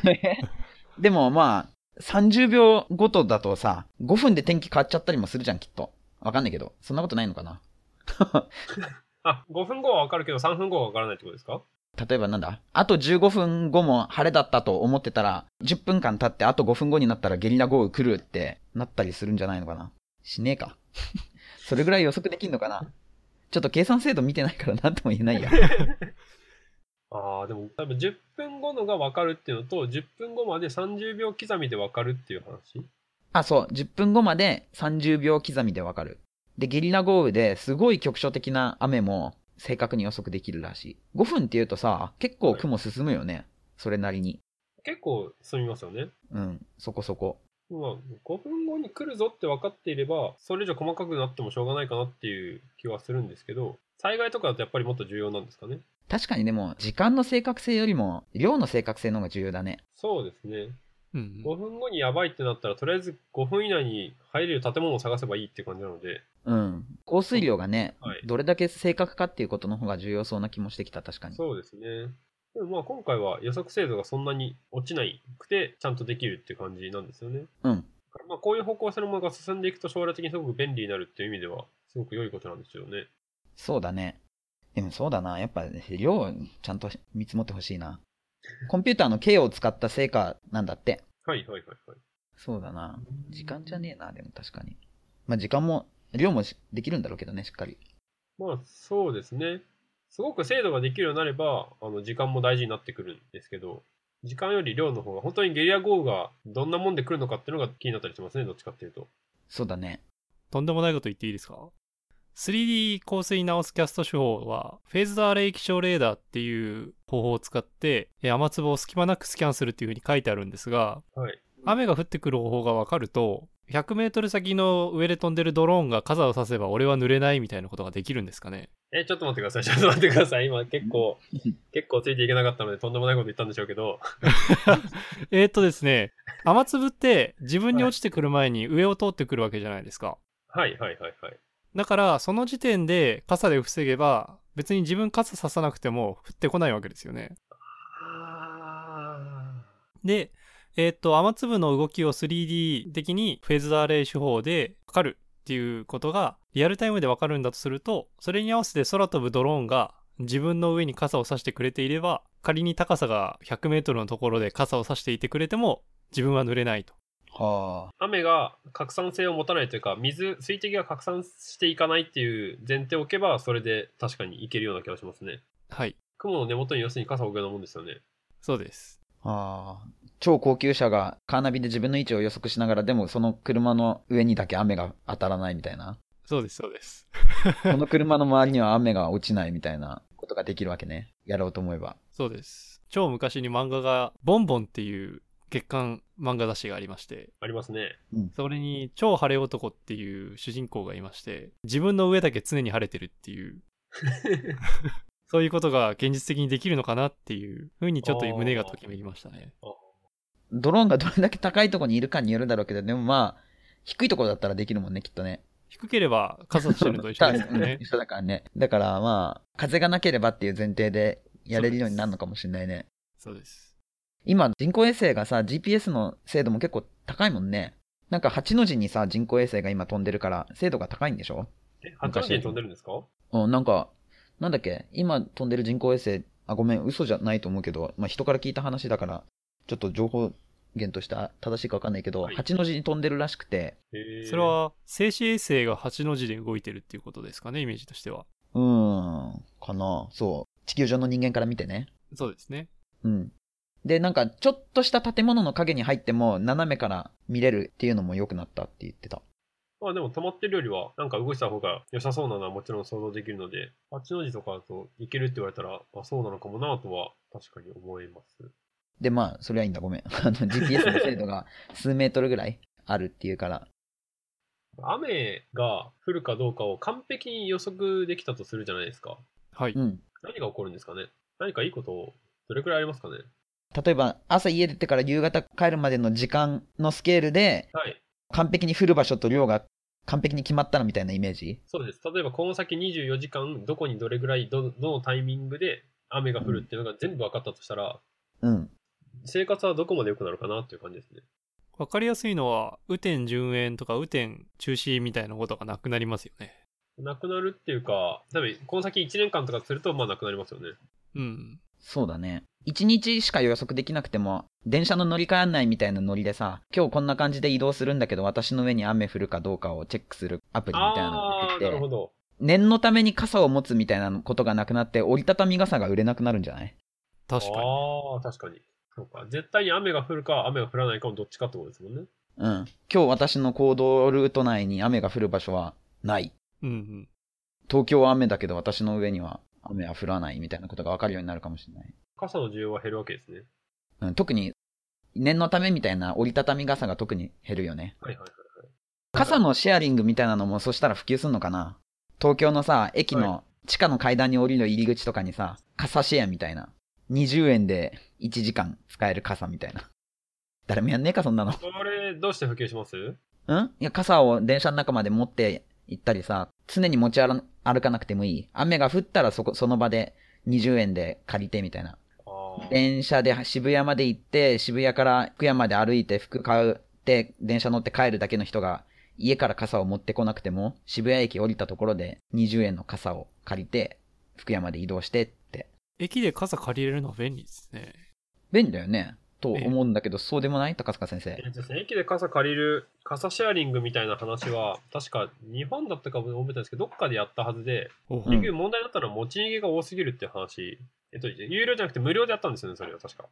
でもまあ、30秒ごとだとさ、5分で天気変わっちゃったりもするじゃん、きっと。わかんないけど。そんなことないのかなあ、5分後はわかるけど、3分後はわからないってことですか例えばなんだあと15分後も晴れだったと思ってたら、10分間経ってあと5分後になったらゲリラ豪雨来るってなったりするんじゃないのかなしねえか。 それぐらい予測できんのかなちょっと計算精度見てないから何とも言えないや。ああ、でも、多分10分後のがわかるっていうのと、10分後まで30秒刻みでわかるっていう話あ、そう、10分後まで30秒刻みでわかる。で、ゲリラ豪雨ですごい局所的な雨も正確に予測できるらしい。5分って言うとさ、結構雲進むよね。それなりに。結構進みますよね。うん、そこそこ。まあ、5分後に来るぞって分かっていれば、それ以上細かくなってもしょうがないかなっていう気はするんですけど、災害とかだとやっぱりもっと重要なんですかね。確かにでも、時間の正確性よりも、量の正確性の方が重要だね。そうですね。うんう5ん。分後にやばいってなったら、とりあえず5分以内に入れる建物を探せばいいって感じなので、うん。降水量がね、はいどれだけ正確かっていうことの方が重要そうな気もしてきた、確かに。そうですね。でもまあ今回は予測精度がそんなに落ちないくて、ちゃんとできるって感じなんですよね。うん。だからまあこういう方向性のものが進んでいくと将来的にすごく便利になるっていう意味では、すごく良いことなんですよね。そうだね。でもそうだな。やっぱ、量、ちゃんと見積もってほしいな。コンピューターの計を使った成果なんだって。はいはいはいはい。そうだな。時間じゃねえな、でも確かに。まあ時間も、量もしできるんだろうけどね、しっかり。まあそうですね。すごく精度ができるようになれば、あの時間も大事になってくるんですけど、時間より量の方が、本当にゲリラ豪雨がどんなもんで来るのかっていうのが気になったりしますね、どっちかっていうと。そうだね。とんでもないこと言っていいですか ?3D 降水直すキャスト手法は、フェーズドアレイ気象レーダーっていう方法を使って、えー雨粒を隙間なくスキャンするっていうふうに書いてあるんですが、はい。雨が降ってくる方法が分かると、100メートル先の上で飛んでるドローンが傘をさせば俺は濡れないみたいなことができるんですかねえ、ちょっと待ってください、 ちょっと待ってください。今結構、結構ついていけなかったので、とんでもないこと言ったんでしょうけど、 えーっとですね、雨粒って自分に落ちてくる前に上を通ってくるわけじゃないですか。はいはいはいはい。だから、その時点で傘で防げば、別に自分傘ささなくても降ってこないわけですよね。あで、えーっと、雨粒の動きを 3D 的にフェーズドアレイ手法で測るっていうことが、リアルタイムでわかるんだとすると、それに合わせて空飛ぶドローンが自分の上に傘を差してくれていれば、仮に高さが100メートルのところで傘を差していてくれても、自分は濡れないと。はあ。雨が拡散性を持たないというか、水、水滴が拡散していかないっていう前提を置けば、それで確かにいけるような気がしますね。はい。雲の根元に要するに傘を置くようなもんですよね。そうです。ああ。超高級車がカーナビで自分の位置を予測しながら、でもその車の上にだけ雨が当たらないみたい な。そうです、そうです。この車の周りには雨が落ちないみたいなことができるわけね。やろうと思えば。そうです。超昔に漫画が、ボンボンっていう月刊漫画雑誌がありまして、ありますね。 それに超晴れ男っていう主人公がいまして、自分の上だけ常に晴れてるっていう、そういうことが現実的にできるのかなっていうふうにちょっと胸がときめきましたね。ドローンがどれだけ高いところにいるかによるだろうけど、でもまあ、低いところだったらできるもんね、きっとね。低ければ傘してるのと一緒ですか 。らね一緒だからね。だからまあ、風がなければっていう前提でやれるようになるのかもしれないね。そうです。今、人工衛星がさ、GPS の精度も結構高いもんね。なんか8の字にさ、人工衛星が今飛んでるから、精度が高いんでしょえ、八王子に飛んでるんですかうん、なんか、なんだっけ、今飛んでる人工衛星、あ、ごめん、嘘じゃないと思うけど、まあ、人から聞いた話だから、ちょっと情報源としてあ正しいかわかんないけど、はい8の字に飛んでるらしくて、へーそれは静止衛星が8の字で動いてるっていうことですかね、イメージとしては。うーん、かな、そう、地球上の人間から見てね。そうですね。うん。で、なんか、ちょっとした建物の影に入っても、斜めから見れるっていうのも良くなったって言ってた。まあでも止まってるよりは、なんか動いてた方が良さそうなのはもちろん想像できるので、八の字とかだといけるって言われたら、あ、そうなのかもなとは確かに思います。で、まあ、それはいいんだ、ごめん。 あの、GPS の精度が数メートルぐらいあるっていうから。雨が降るかどうかを完璧に予測できたとするじゃないですか。はい。うん。何が起こるんですかね何かいいこと、どれくらいありますかね例えば、朝家出てから夕方帰るまでの時間のスケールで、はい。完璧に降る場所と量が完璧に決まったのみたいなイメージそうです。例えばこの先24時間、どこにどれくらい、ど、どのタイミングで雨が降るっていうのが全部分かったとしたら、うん。生活はどこまで良くなるかなっていう感じですね。わかりやすいのは、雨天順延とか雨天中止みたいなことがなくなりますよね。なくなるっていうか、多分この先1年間とかすると、まあなくなりますよね。うん。そうだね。一日しか予測できなくても、電車の乗り換え案内みたいなノリでさ、今日こんな感じで移動するんだけど、私の上に雨降るかどうかをチェックするアプリみたいなのが出てああ、なるきほて、ど。念のために傘を持つみたいなことがなくなって、折りたたみ傘が売れなくなるんじゃない確かに。ああ、確かに。そうか。絶対に雨が降るか、雨が降らないかもどっちかってことですもんね。うん。今日私の行動ルート内に雨が降る場所はない。うんうん。東京は雨だけど私の上には雨は降らないみたいなことが分かるようになるかもしれない。傘の需要は減るわけですね。うん、特に念のためみたいな折りたたみ傘が特に減るよね。はいはいはい。傘のシェアリングみたいなのもそしたら普及すんのかな東京のさ、駅の地下の階段に降りる入り口とかにさ、傘シェアみたいな。20円で1時間使える傘みたいな。誰もやんねえか、そんなの。これ、どうして普及しますんいや、傘を電車の中まで持って行ったりさ、常に持ち歩歩かなくてもいい。雨が降ったらそこ、その場で20円で借りてみたいな。ああ。電車で渋谷まで行って、渋谷から福山まで歩いて服買って、電車乗って帰るだけの人が、家から傘を持ってこなくても、渋谷駅降りたところで20円の傘を借りて、福山まで移動してって。駅で傘借りれるのは便利ですね。便利だよね。と思うんだけど、そうでもない高塚先生。えっとですね駅で傘借りる、傘シェアリングみたいな話は、確か日本だったかも覚えてたんですけど、どっかでやったはずで、おううん結局問題だったのは持ち逃げが多すぎるっていう話。えっと、有料じゃなくて無料でやったんですよね、それは確か。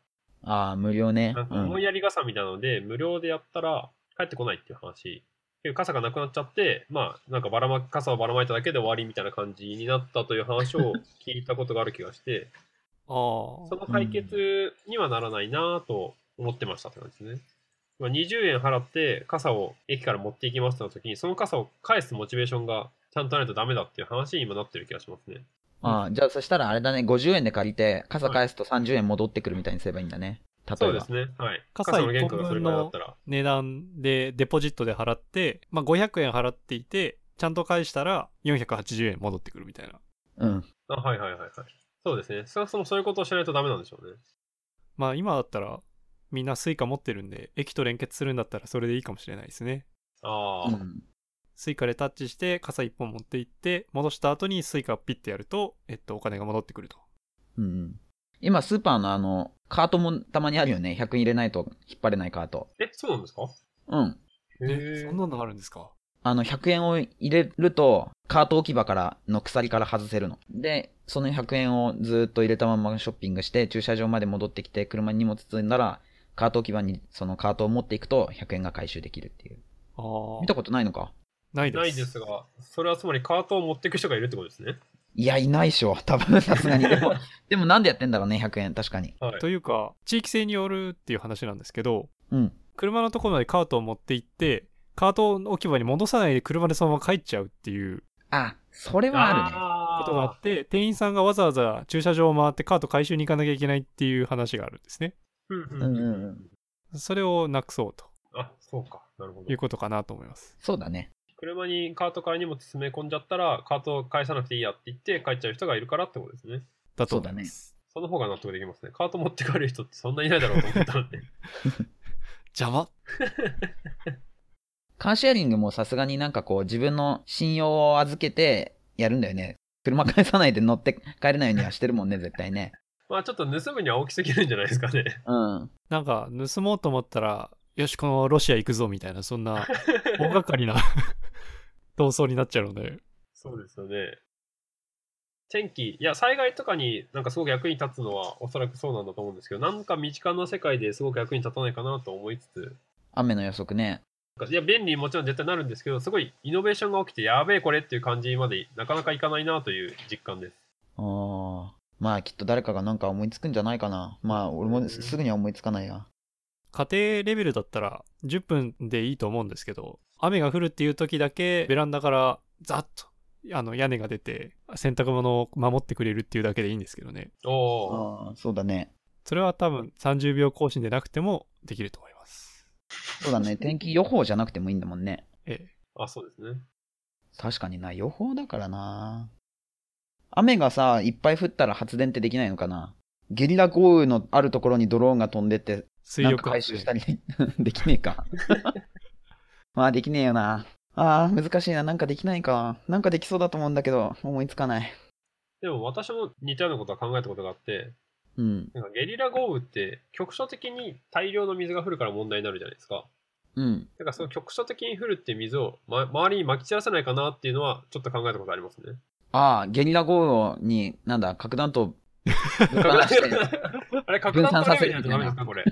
ああ、無料ねなん。かう思いん。やり傘みたいなので、無料でやったら帰ってこないっていう話。結局傘がなくなっちゃって、まあ、なんかばらま、傘をばらまいただけで終わりみたいな感じになったという話を聞いたことがある気がして、あその解決にはならないなぁと思ってましたって感じですね。まあ、20円払って傘を駅から持っていきますってなった時に、その傘を返すモチベーションがちゃんとないとダメだっていう話に今なってる気がしますね。ああ、じゃあそしたらあれだね、50円で借りて、傘返すと30円戻ってくるみたいにすればいいんだね。例えば。そうですね。はい。傘傘の原価がそれくらいだったら。あ。値段でデポジットで払って、まあ、500円払っていて、ちゃんと返したら480円戻ってくるみたいな。うん。あ、はいはいはいはい。そうですね。そもそもそういうことをしないとダメなんでしょうね。まあ今だったらみんなスイカ持ってるんで、駅と連結するんだったらそれでいいかもしれないですね。あうあ、ん。スイカでタッチして傘1本持って行って、戻した後にスイカをピッてやると、えっと、お金が戻ってくると。うん。今、スーパーのあの、カートもたまにあるよね。100円入れないと引っ張れないカート。え、そうなんですかうん。へえ、えそん。なのあるんですかあの、100円を入れると、カート置き場からの鎖から外せるの。で、その100円をずっと入れたままショッピングして、駐車場まで戻ってきて、車に荷物積んだら、カート置き場にそのカートを持っていくと、100円が回収できるっていう。あ見あ。たことないのかないです。ないですが、それはつまりカートを持っていく人がいるってことですね。いや、いないでしょ。 多分、さすがに。で も、でもなんでやってんだろうね、100円。確かに。はい。というか、地域性によるっていう話なんですけど、うん。車のところまでカートを持って行って、カート置き場に戻さないで車でそのまま帰っちゃうっていうあ、それはあるね。あことがあって、店員さんがわざわざ駐車場を回ってカート回収に行かなきゃいけないっていう話があるんですね。ーうんううんんううんんうん。それをなくそうとあ、そうか。なるほどいう。ことかなと思います。そうだね。車にカートから荷物詰め込んじゃったら、カートを返さなくていいやって言って帰っちゃう人がいるからってことですね。だと思います。その方が納得できますね。カート持って帰る人ってそんないないだろうと思ったので。 邪魔カーシェアリングもさすがになんかこう自分の信用を預けてやるんだよね。車返さないで乗って帰れないようにはしてるもんね、絶対ね。まあちょっと盗むには大きすぎるんじゃないですかね。 うん。なんか、盗もうと思ったら、よし、このロシア行くぞみたいな、そんな大掛かりな 闘争になっちゃうので。そうですよね。天気、いや、災害とかになんかすごく役に立つのはおそらくそうなんだと思うんですけど、なんか身近な世界ですごく役に立たないかなと思いつつ、雨の予測ね。なんかいや、便利にもちろん絶対なるんですけど、すごいイノベーションが起きて、やべえこれっていう感じまでなかなかいかないなという実感です。ああ。まあきっと誰かがなんか思いつくんじゃないかな。まあ俺もすぐには思いつかないや。家庭レベルだったら10分でいいと思うんですけど、雨が降るっていう時だけベランダからザッとあの屋根が出て洗濯物を守ってくれるっていうだけでいいんですけどね。おおああ、そうだね。それは多分30秒更新でなくてもできると思います。そうだね。天気予報じゃなくてもいいんだもんね。ええ。ー。あ、そうですね。確かにな。予報だからな。雨がさ、いっぱい降ったら発電ってできないのかな。ゲリラ豪雨のあるところにドローンが飛んでって水なん力か回収したり。り できねえか。 まあできねえよな。ああ、難しいな。なんかできないか。なんかできそうだと思うんだけど、思いつかない。でも私も似たようなことは考えたことがあって、うん。なんかゲリラ豪雨って局所的に大量の水が降るから問題になるじゃないですか。うん。だからその局所的に降るっていう水を、ま、周りに撒き散らせないかなっていうのはちょっと考えたことありますね。ああ、ゲリラ豪雨に、なんだ、核弾頭ぶっ放して あれ、核弾頭レベルじゃダメですか、これ。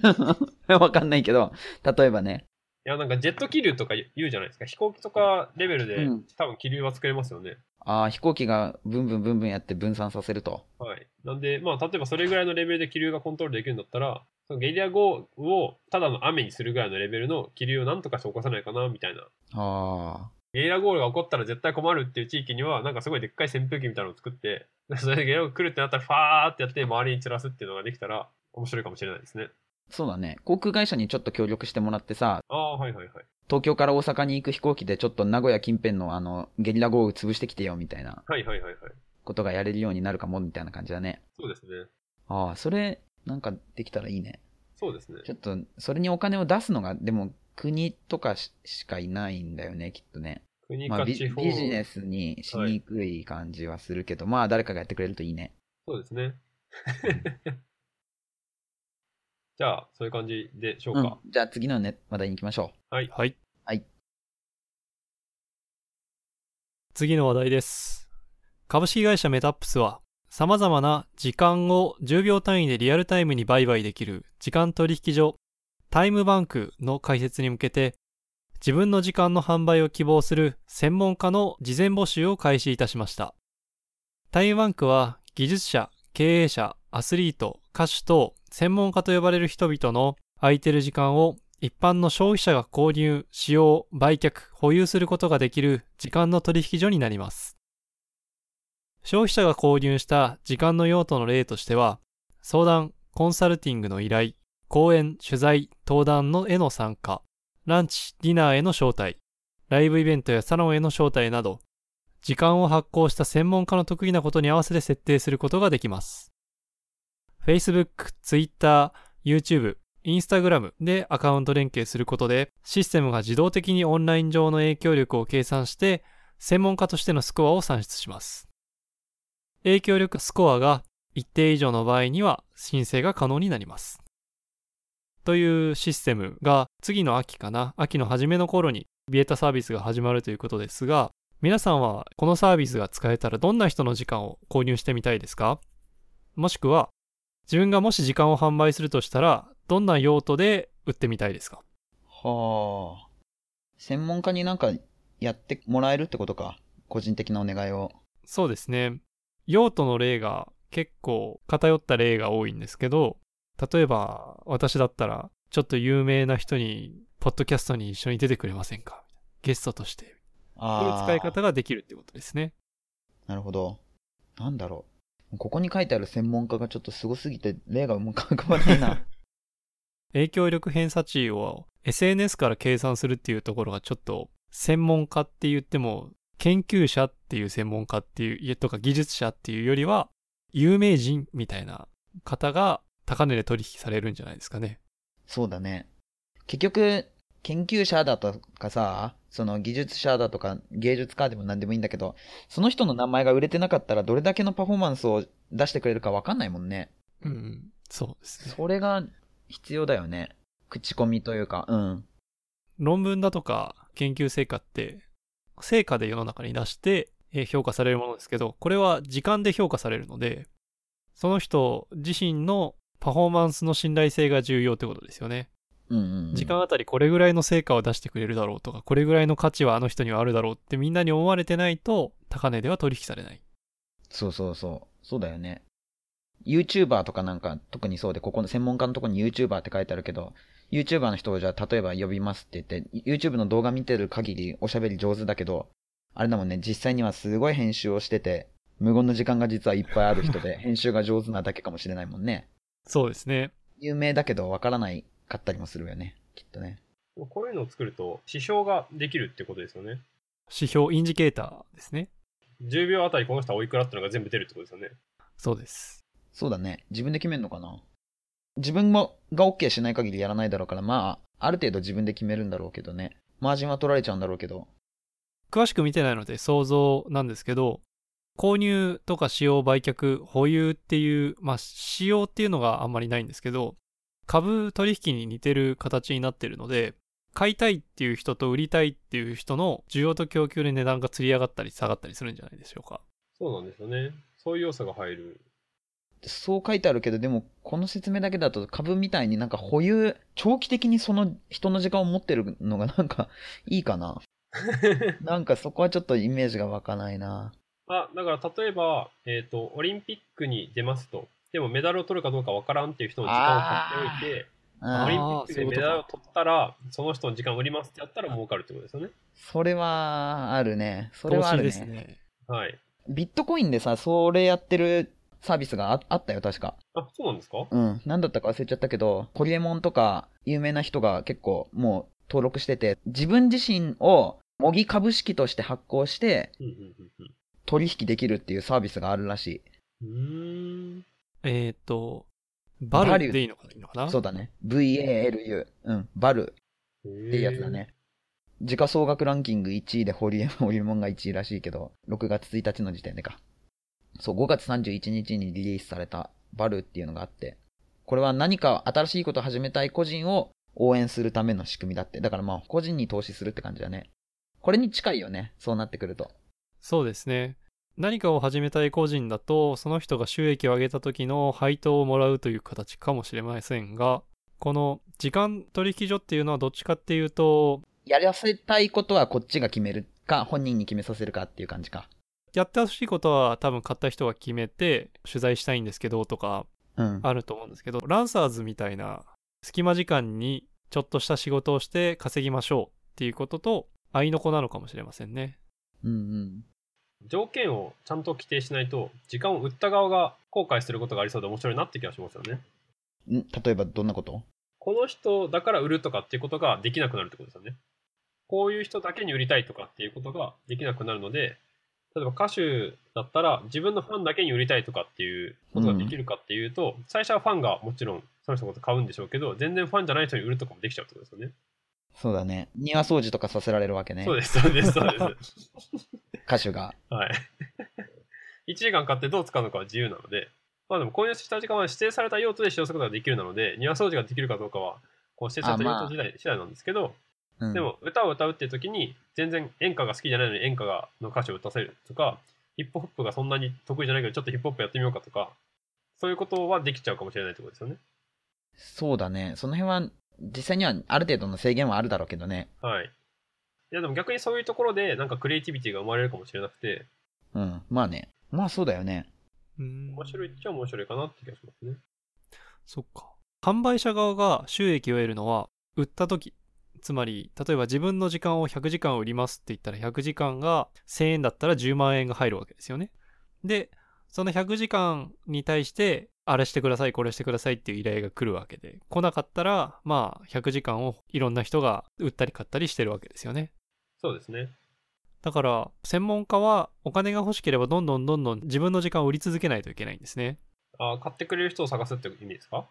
わかんないけど、例えばね。や、なんかジェット気流とか言うじゃないですか。飛行機とかレベルで、うん多分気流は作れますよね。ああ、飛行機がブンブンブンブンやって分散させると。はい。なんで、まあ、例えばそれぐらいのレベルで気流がコントロールできるんだったら、そのゲリラ豪雨をただの雨にするぐらいのレベルの気流をなんとかして起こさないかな、みたいな。あゲリラ豪雨が起こったら絶対困るっていう地域には、なんかすごいでっかい扇風機みたいなのを作って、それでゲリラ豪雨来るってなったら、ファーってやって周りに散らすっていうのができたら、面白いかもしれないですね。あ、そうだね。航空会社にちょっと協力してもらってさ、ああ、はいはいはい。東京から大阪に行く飛行機でちょっと名古屋近辺のあの、ゲリラ豪雨潰してきてよみたいなはいはいはいはい。ことがやれるようになるかもみたいな感じだね。そうですね。ああ、それ、なんかできたらいいね。そうですね。ちょっと、それにお金を出すのが、でも、国とかししかいないんだよね、きっとね。国まあ、かビ地方、ビジネスにしにくい感じはするけど、まあ、誰かがやってくれるといいね。そうですね。じゃあ、そういう感じでしょううんか。、じゃあ、次の、ね、話題に行きましょはい。はい。次の話題です。株式会社メタップスは、様々な時間を10秒単位でリアルタイムに売買できる時間取引所、タイムバンクの開設に向けて、自分の時間の販売を希望する専門家の事前募集を開始いたしました。タイムバンクは技術者、経営者、アスリート、歌手等、専門家と呼ばれる人々の空いてる時間を一般の消費者が購入、使用、売却、保有することができる時間の取引所になります。消費者が購入した時間の用途の例としては、相談、コンサルティングの依頼、講演、取材、登壇のへの参加、ランチ、ディナーへの招待、ライブイベントやサロンへの招待など、時間を発行した専門家の得意なことに合わせて設定することができます。Facebook、Twitter、YouTube、Instagram でアカウント連携することで、システムが自動的にオンライン上の影響力を計算して、専門家としてのスコアを算出します。影響力スコアが一定以上の場合には申請が可能になります。というシステムが次の秋かな、秋の初めの頃にビエタサービスが始まるということですが、皆さんはこのサービスが使えたらどんな人の時間を購入してみたいですかもしくは自分がもし時間を販売するとしたらどんな用途で売ってみたいですかう。はあ。専門家になんかやってもらえるってことか。個人的なお願いを。そうですね用途の例が結構偏った例が多いんですけど例えば私だったらちょっと有名な人にポッドキャストに一緒に出てくれませんかゲストとしてこういうああ。使い方ができるってことですねなるほど。なんだろう。ここに書いてある専門家がちょっとすごすぎて、例が思い浮かばない な。影響力偏差値を SNS から計算するっていうところがちょっと専門家って言っても研究者っていう専門家っていういやとか技術者っていうよりは有名人みたいな方が高値で取引されるんじゃないですかね。そうだね。結局、研究者だとかさ、その技術者だとか芸術家でも何でもいいんだけど、その人の名前が売れてなかったらどれだけのパフォーマンスを出してくれるか分かんないもんね。うん、そうですね。それが必要だよね。口コミというか、うん。論文だとか研究成果って成果で世の中に出してえー評価されるものですけどこれは時間で評価されるのでその人自身のパフォーマンスの信頼性が重要ってことですよね。うんうん、うん。時間あたりこれぐらいの成果を出してくれるだろうとかこれぐらいの価値はあの人にはあるだろうってみんなに思われてないと高値では取引されないそうそうそう。そうだよね。YouTuber とかなんか特にそうで、ここの専門家のとこに YouTuber って書いてあるけど、YouTuber の人をじゃあ例えば呼びますって言って、YouTube の動画見てる限りおしゃべり上手だけど、あれだもんね、実際にはすごい編集をしてて、無言の時間が実はいっぱいある人で、編集が上手なだけかもしれないもんね。そうですね有名だけどわからないかったりもするよね、きっとね。こういうのを作ると、指標ができるってことですよね。指標インジケーターですね10秒あたりこの人はおいくらってのが全部出るってことですよね。そうですそうだね。自分で決めるのかな自分もが OK しない限りやらないだろうから、まあ、ある程度自分で決めるんだろうけどね。マージンは取られちゃうんだろうけど。詳しく見てないので想像なんですけど購入とか使用売却保有っていうまあ使用っていうのがあんまりないんですけど株取引に似てる形になってるので買いたいっていう人と売りたいっていう人の需要と供給で値段がつり上がったり下がったりするんじゃないでしょうかそうなんですよね。そういう要素が入る。そう書いてあるけど、でも、この説明だけだと株みたいになんか保有、長期的にその人の時間を持ってるのがなんかいいか な。なんかそこはちょっとイメージが湧かないな。あ、だから例えば、えっ、と、オリンピックに出ますと、でもメダルを取るかどうかわからんっていう人の時間を買っておいて、あオリンーピあッーそクうでいうこメとかダルを取ったら、その人の時間を売りますってやったら儲かるってことですよね。それはあるね。それ投はあ資るですね。ね。はい。ビットコインでさ、それやってるサービスがああったよ、確か。あ、そうなんですかうん。なんだったか忘れちゃったけど、ホリエモンとか有名な人が結構もう登録してて、自分自身を模擬株式として発行してうんうんうん取引できるっていうサービスがあるらしい。うん。うーん。えっ、と、バルでいいのかないいのかなそうだね。VALU。うん。バルってえいうやつだ。ね。時価総額ランキング1位でホリエモンホリ エモンが1位らしいけど、6月1日の時点でか。そう、5月31日にリリースされたバルっていうのがあって、これは何か新しいことを始めたい個人を応援するための仕組みだって。だからまあ、個人に投資するって感じだね。これに近いよね。そうなってくると。そうですね。何かを始めたい個人だと、その人が収益を上げた時の配当をもらうという形かもしれませんが、この時間取引所っていうのはどっちかっていうと、やらせたいことはこっちが決めるか、本人に決めさせるかっていう感じか。やってほしいことは多分買った人が決めて取材したいんですけどとかうん。あると思うんですけど、ランサーズみたいな隙間時間にちょっとした仕事をして稼ぎましょうっていうことと合いの子なのかもしれませんね。うんうん。条件をちゃんと規定しないと、時間を売った側が後悔することがありそうで面白いなって気がしますよね。ん例えばどんなことこの人だから売るとかっていうことができなくなるってことですよね。こういう人だけに売りたいとかっていうことができなくなるので、例えば歌手だったら自分のファンだけに売りたいとかっていうことができるかっていうと、最初はファンがもちろんその人のこと買うんでしょうけど、全然ファンじゃない人に売るとかもできちゃうってことですよね。そうだね。庭掃除とかさせられるわけねそう。です、そうです、そうです。歌手が。はい。1時間買ってどう使うのかは自由なので、まあでも購入した時間は指定された用途で使用することができるなので、庭掃除ができるかどうかは、こう指定された用途次第,、次第なんですけど、うんでも歌を歌うっていう時に、全然演歌が好きじゃないのに演歌がの歌詞を歌せるとか、ヒップホップがそんなに得意じゃないけど、ちょっとヒップホップやってみようかとか、そういうことはできちゃうかもしれないってことですよね。そうだね。その辺は、実際にはある程度の制限はあるだろうけどね。はい。いやでも逆にそういうところで、なんかクリエイティビティが生まれるかもしれなくて、うん。まあね。まあそうだよね。面面白いっちゃ面白いかなって気がしますね。そっか。販売者側が収益を得るのは、売った時。つまり、例えば自分の時間を100時間売りますって言ったら、100時間が1000円だったら10万円が入るわけですよね。で、その100時間に対して、あれしてください、これしてくださいっていう依頼が来るわけで、来なかったら、まあ、100時間をいろんな人が売ったり買ったりしてるわけですよね。そうですね。だから、専門家はお金が欲しければどんどんどんどん自分の時間を売り続けないといけないんですね。あ買ってくれる人を探すって意味ですか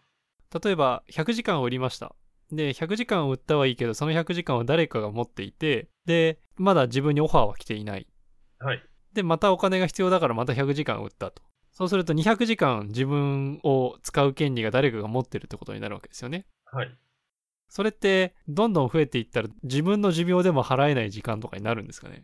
例えば100時間を売りましたで100時間を売ったはいいけどその100時間は誰かが持っていてでまだ自分にオファーは来ていないはい。でまたお金が必要だからまた100時間売ったとそうすると200時間自分を使う権利が誰かが持ってるってことになるわけですよねはい。それってどんどん増えていったら自分の寿命でも払えない時間とかになるんですかね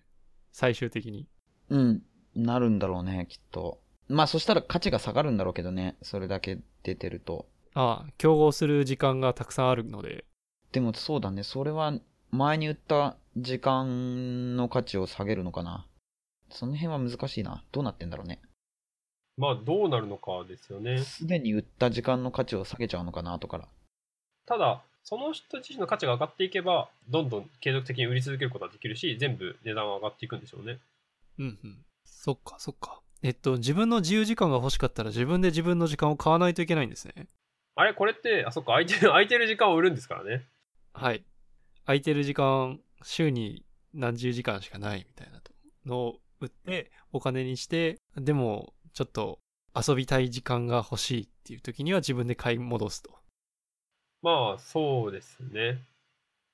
最終的にうん。なるんだろうね、きっと。まあそしたら価値が下がるんだろうけどね。それだけ出てると。ああ競合する時間がたくさんあるのででもそうだね。それは前に売った時間の価値を下げるのかな。その辺は難しいな。どうなってんだろうね。まあ、どうなるのかですよね。すでに売った時間の価値を下げちゃうのかな、後から。ただ、その人自身の価値が上がっていけば、どんどん継続的に売り続けることはできるし、全部値段は上がっていくんでしょうね。うんうん。そっかそっか。えっと、自分の自由時間が欲しかったら自分で自分の時間を買わないといけないんですね。あれこれって、あ、そっか、空いてる、空 いてる時間を売るんですからね。はい。空いてる時間、週に何十時間しかないみたいなのを売って、お金にして、でも、ちょっと遊びたい時間が欲しいっていう時には自分で買い戻すと。まあ、そうですね。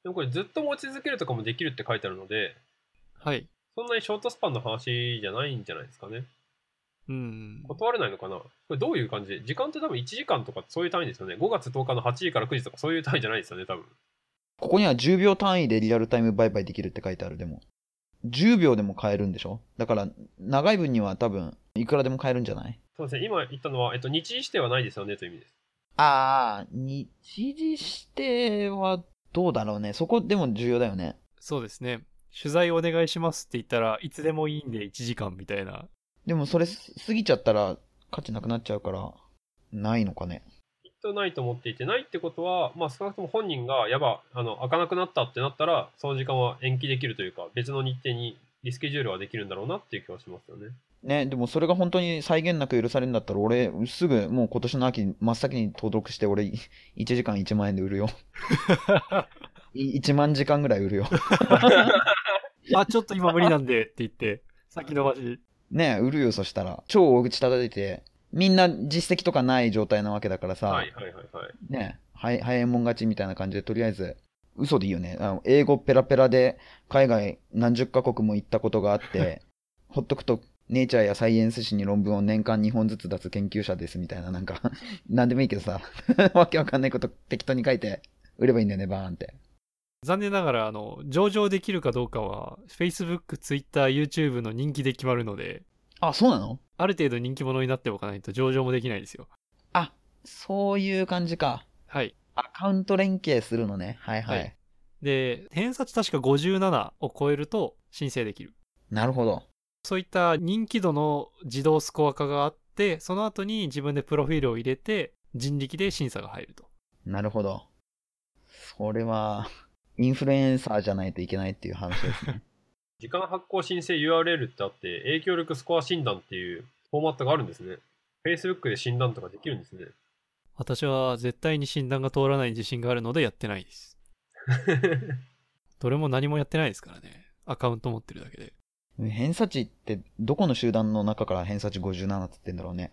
でもこれずっと持ち続けるとかもできるって書いてあるので、はい。そんなにショートスパンの話じゃないんじゃないですかね。うん。断れないのかなこれどういう感じで時間って多分1時間とかそういう単位ですよね。5月10日の8時から9時とかそういう単位じゃないですよね、多分。ここには10秒単位でリアルタイム売買できるって書いてある、でも。10秒でも買えるんでしょだから、長い分には多分、いくらでも買えるんじゃないそうですね、今言ったのは、えっと、日時指定はないですよねという意味です。ああ、日時指定はどうだろうね。そこでも重要だよね。そうですね。取材お願いしますって言ったらいつでもいいんで1時間みたいな。でもそれす過ぎちゃったら価値なくなっちゃうから、ないのかね。きっとないと思っていて、ないってことは、まあ、少なくとも本人が、やば、あの、開かなくなったってなったら、その時間は延期できるというか、別の日程にリスケジュールはできるんだろうなっていう気はしますよね。ね、でもそれが本当に際限なく許されるんだったら、俺、すぐもう今年の秋に真っ先に登録して、俺、1時間1万円で売 るよ。い1万時間ぐらい売るよ。あ、ちょっと今無理なんでって言って、先延ばし。ね、売るよ、そしたら。超大口叩いて、みんな実績とかない状態なわけだからさ、はいはいはいはい。ね、はい、早いもん勝ちみたいな感じで、とりあえず、嘘でいいよね。あの英語ペラペラで、海外何十カ国も行ったことがあって、ほっとくと、ネイチャーやサイエンス誌に論文を年間2本ずつ出す研究者ですみたいな、なんか、 なんでもいいけどさ、 わけわかんないこと適当に書いて、売ればいいんだよね、バーンって。残念ながら、あの、上場できるかどうかは、Facebook、Twitter、YouTube の人気で決まるので、あ、そうなのある程度人気者になっておかないと上場もできないですよ。あ、そういう感じか。はい。アカウント連携するのね。はいはい。はいで、偏差値確か57を超えると申請できる。なるほど。そういった人気度の自動スコア化があって、その後に自分でプロフィールを入れて、人力で審査が入ると。なるほど。それは、インフルエンサーじゃないといけないっていう話ですね。時間発行申請 URL ってあって、影響力スコア診断っていうフォーマットがあるんですね。Facebook で診断とかできるんですね。 私は絶対に診断が通らない自信があるのでやってないです。どれも何もやってないですからね。アカウント持ってるだけで。偏差値ってどこの集団の中から偏差値57って言ってんだろうね。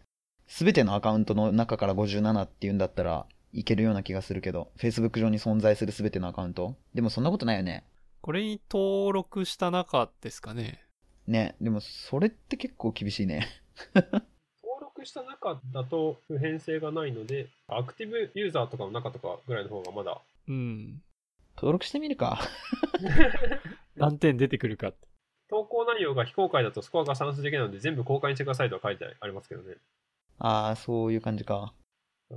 すべてのアカウントの中から57って言うんだったらいけるような気がするけど、Facebook 上に存在するすべてのアカウントでもそんなことないよね。これに登録した中ですかね。ね、でもそれって結構厳しいね。登録した中だと普遍性がないので、アクティブユーザーとかの中とかぐらいの方がまだ。うん。登録してみるか。何点出てくるかって。投稿内容が非公開だとスコアが算数できないので全部公開にしてくださいとは書いてありますけどね。ああ、そういう感じか。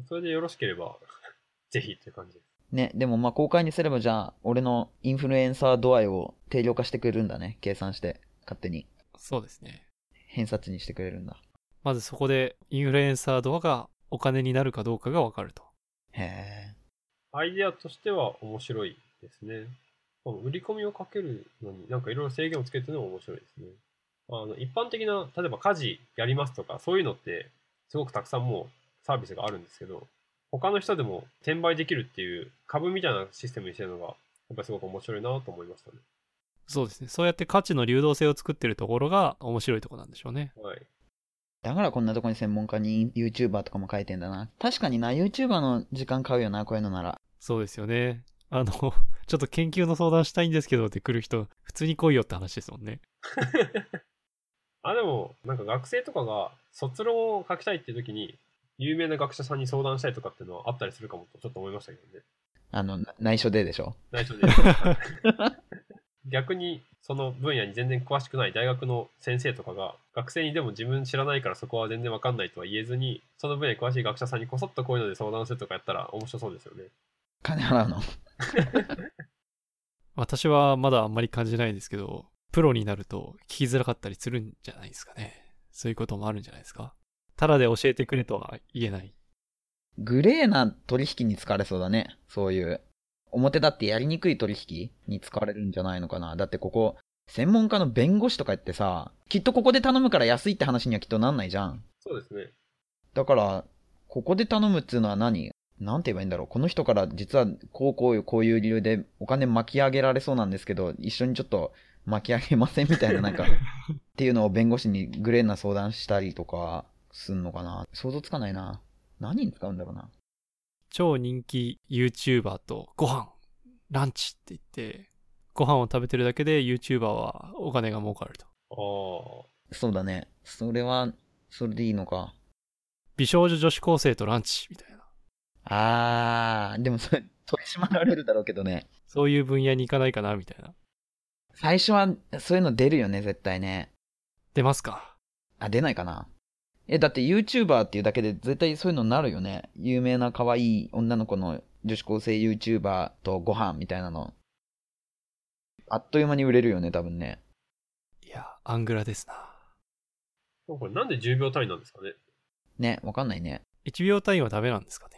それでよろしければ、 ぜひっていう感じです。ね、でもまあ公開にすればじゃあ、俺のインフルエンサー度合いを定量化してくれるんだね。計算して、勝手に。そうですね。偏差値にしてくれるんだ。まずそこでインフルエンサー度がお金になるかどうかがわかると。へえ。アイデアとしては面白いですね。この売り込みをかけるのに、なんかいろいろ制限をつけてるのも面白いですね。あの、一般的な、例えば家事やりますとか、そういうのって、すごくたくさんもうサービスがあるんですけど、他の人でも転売できるっていう株みたいなシステムにしてるのが、やっぱりすごく面白いなと思いましたね。そうですね。そうやって価値の流動性を作ってるところが面白いところなんでしょうね。はい。だからこんなとこに専門家に YouTuber とかも書いてんだな。確かにな、YouTuber の時間買うよな、こういうのなら。そうですよね。あの、ちょっと研究の相談したいんですけどって来る人、普通に来いよって話ですもんね。あ、でも、なんか学生とかが卒論を書きたいっていう時に、有名な学者さんに相談したりとかっていうのはあったりするかもとちょっと思いましたけどね。あの、な内緒ででしょ。内緒で。逆に、その分野に全然詳しくない大学の先生とかが、学生にでも自分知らないからそこは全然わかんないとは言えずに、その分野に詳しい学者さんにこそっとこういうので相談するとかやったら面白そうですよね。金払うの。 私はまだあんまり感じないですけど、プロになると聞きづらかったりするんじゃないですかね。そういうこともあるんじゃないですか。ただで教えてくれとは言えない。グレーな取引に使われそうだね。そういう。表だってやりにくい取引に使われるんじゃないのかな。だってここ、専門家の弁護士とか言ってさ、きっとここで頼むから安いって話にはきっとなんないじゃん。そうですね。だから、ここで頼むっていうのは何なんて言えばいいんだろう。この人から実はこうこういうこういう理由でお金巻き上げられそうなんですけど、一緒にちょっと巻き上げませんみたいななんか、っていうのを弁護士にグレーな相談したりとかすんのかな。想像つかないな。何に使うんだろうな。超人気 YouTuber とご飯、ランチって言って、ご飯を食べてるだけで YouTuber はお金が儲かると。ああ。そうだね。それは、それでいいのか。美少女女子高生とランチみたいな。あー、でもそれ、取り締まられるだろうけどね。そういう分野に行かないかなみたいな。最初はそういうの出るよね、絶対ね。出ますかあ、出ないかな。え、だって YouTuber っていうだけで絶対そういうのになるよね。有名な可愛い女の子の女子高生 YouTuber とご飯みたいなの。あっという間に売れるよね、多分ね。いや、アングラですな。これなんで10秒単位なんですかねね、わかんないね。 1秒単位はダメなんですかね。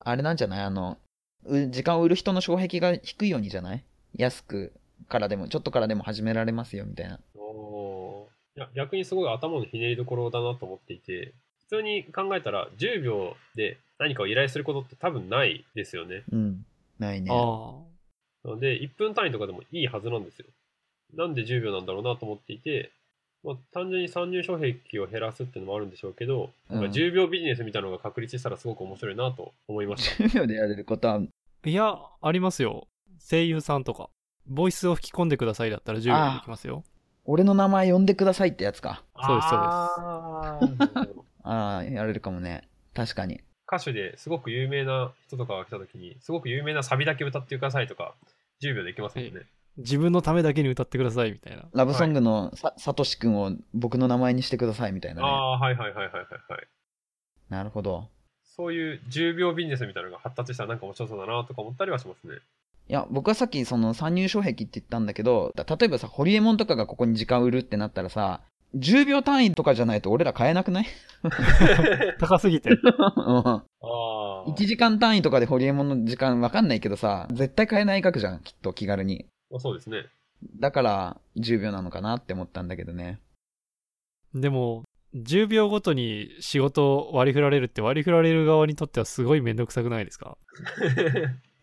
あれなんじゃないあの、う時間を売る人の障壁が低いようにじゃない安くからでも、ちょっとからでも始められますよ、みたいな。おーいや逆にすごい頭のひねりどころだなと思っていて普通に考えたら10秒で何かを依頼することって多分ないですよねうん。ないね。ああ。なので1分単位とかでもいいはずなんですよなんで10秒なんだろうなと思っていて、まあ、単純に参入障壁を減らすっていうのもあるんでしょうけど、うんなんか10秒ビジネスみたいなのが確立したらすごく面白いなと思いま した10秒でやれることは、いや、ありますよ。声優さんとか。ボイスを吹き込んでくださいだったら10秒でできますよ。俺の名前呼んでくださいってやつか。そうですそうですですああ、やれるかもね。確かに。歌手ですごく有名な人とかが来た時にすごく有名なサビだけ歌ってくださいとか10秒できますもんね、自分のためだけに歌ってくださいみたいな。ラブソングのさ,、としくんを僕の名前にしてくださいみたいなあね。あはいはいはいはいはいはいなるほど。そういう10秒ビジネスみたいなのが発達したらなんか面白そうだなとか思ったりはしますねいや、僕はさっきその参入障壁って言ったんだけど、だ例えばさ、ホリエモンとかがここに時間売るってなったらさ、10秒単位とかじゃないと俺ら買えなくない高すぎて。うんああ ?1 時間単位とかでホリエモンの時間わかんないけどさ、絶対買えない額じゃん、きっと気軽に。まあそうですねだから、10秒なのかなって思ったんだけどね。でも、10秒ごとに仕事を割り振られるって割り振られる側にとってはすごいめんどくさくないですか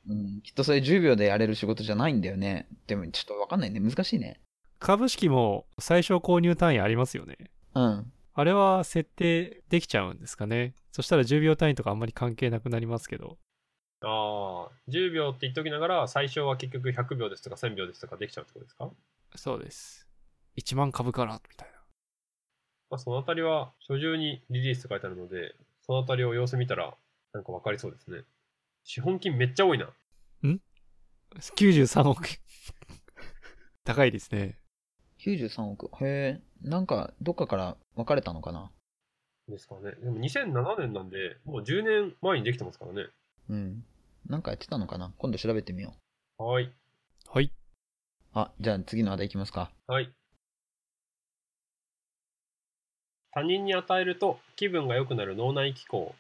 うん、きっとそれ10秒でやれる仕事じゃないんだよね。でもちょっとわかんないね。難しいね。株式も最小購入単位ありますよね。うん。あれは設定できちゃうんですかね。そしたら10秒単位とかあんまり関係なくなりますけど。ああ10秒って言っときながら最初は結局100秒ですとか1000秒ですとかできちゃうってことですか、そうです。1万株からみたいな。まあ、そのあたりは初中にリリースと書いてあるのでそのあたりを様子見たらなんかわかりそうですね資本金めっちゃ多いな93億。 高いですね。 93億。へえ。なんか、どっかから分かれたのかな。ですからねでも2007年なんでもう10年前にできてますからねうん。なんかやってたのかな今度調べてみよはーいはい。う。あ、じゃあ次の話題いきますか。はい。他人に与えると気分が良くなる脳内機構。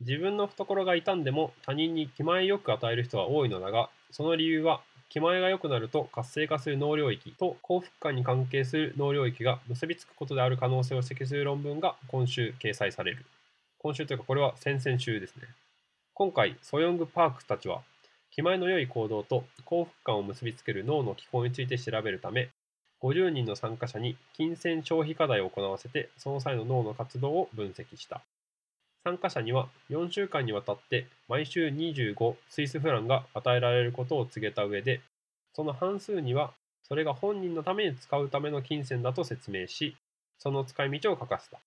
自分の懐が痛んでも他人に気前よく与える人は多いのだが、その理由は気前が良くなると活性化する脳領域と幸福感に関係する脳領域が結びつくことである可能性を指摘する論文が今週掲載される。今週というかこれは先々週ですね。今回、ソヨングパークたちは気前の良い行動と幸福感を結びつける脳の機構について調べるため50人の参加者に金銭消費課題を行わせてその際の脳の活動を分析した参加者には4週間にわたって毎週25スイスフランが与えられることを告げた上でその半数にはそれが本人のために使うための金銭だと説明しその使い道を書かせた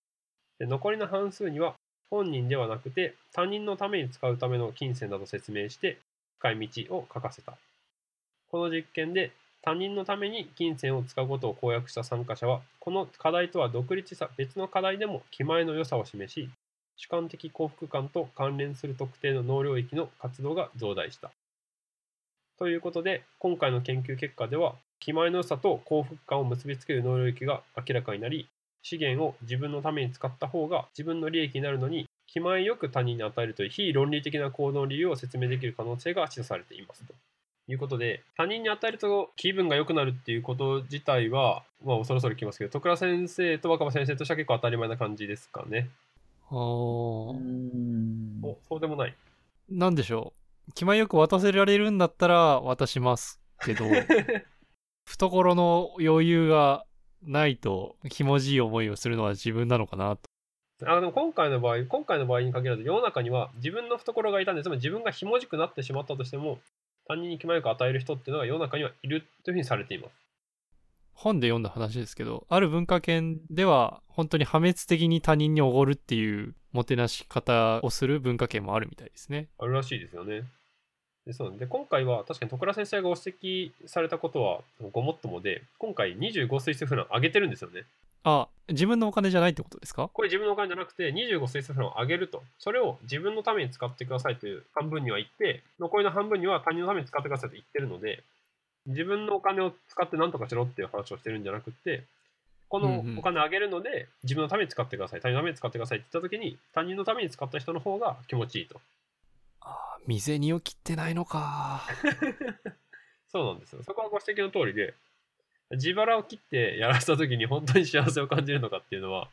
で残りの半数には本人ではなくて他人のために使うための金銭だと説明して使い道を書かせた。この実験で他人のために金銭を使うことを公約した参加者は、この課題とは独立した別の課題でも気前の良さを示し、主観的幸福感と関連する特定の能領域の活動が増大した。ということで、今回の研究結果では、気前の良さと幸福感を結びつける能領域が明らかになり、資源を自分のために使った方が自分の利益になるのに気前よく他人に与えるという非論理的な行動の理由を説明できる可能性が示唆されていますということで他人に与えると気分が良くなるっていうこと自体は、まあ、そろそろ来ますけど徳倉先生と若葉先生としては結構当たり前な感じですかねあーんおそうでもないなんでしょう。気前よく渡せられるんだったら渡しますけど、懐の余裕がないと、ひもじい思いをするのは自分なのかなと。 あでも今回の場合今回の場合に限らず世の中には自分の懐がいたんでつまり自分がひもじくなってしまったとしても他人に気前よく与える人っていうのが世の中にはいるというふうにされています本で読んだ話ですけど、ある文化圏では本当に破滅的に他人におごるっていうもてなし方をする文化圏もあるみたいですね。あるらしいですよね。でそうで今回は確かに徳倉先生がご指摘されたことはごもっともで今回25スイスフラン上げてるんですよね。あ、自分のお金じゃないってことですかこれ自分のお金じゃなくて、25水素フロンを上げると。それを自分のために使ってくださいという半分には言って、残りの半分には他人のために使ってくださいと言ってるので、自分のお金を使って何とかしろっていう話をしてるんじゃなくて、このうんうんお金上げるので、自分のために使ってください、他人のために使ってくださいって言った時に、他人のために使った人の方が気持ちいいと。あー未銭を切ってないのか。そうなんですよ。そこはご指摘の通りで、自腹を切ってやらせた時に本当に幸せを感じるのかっていうのは、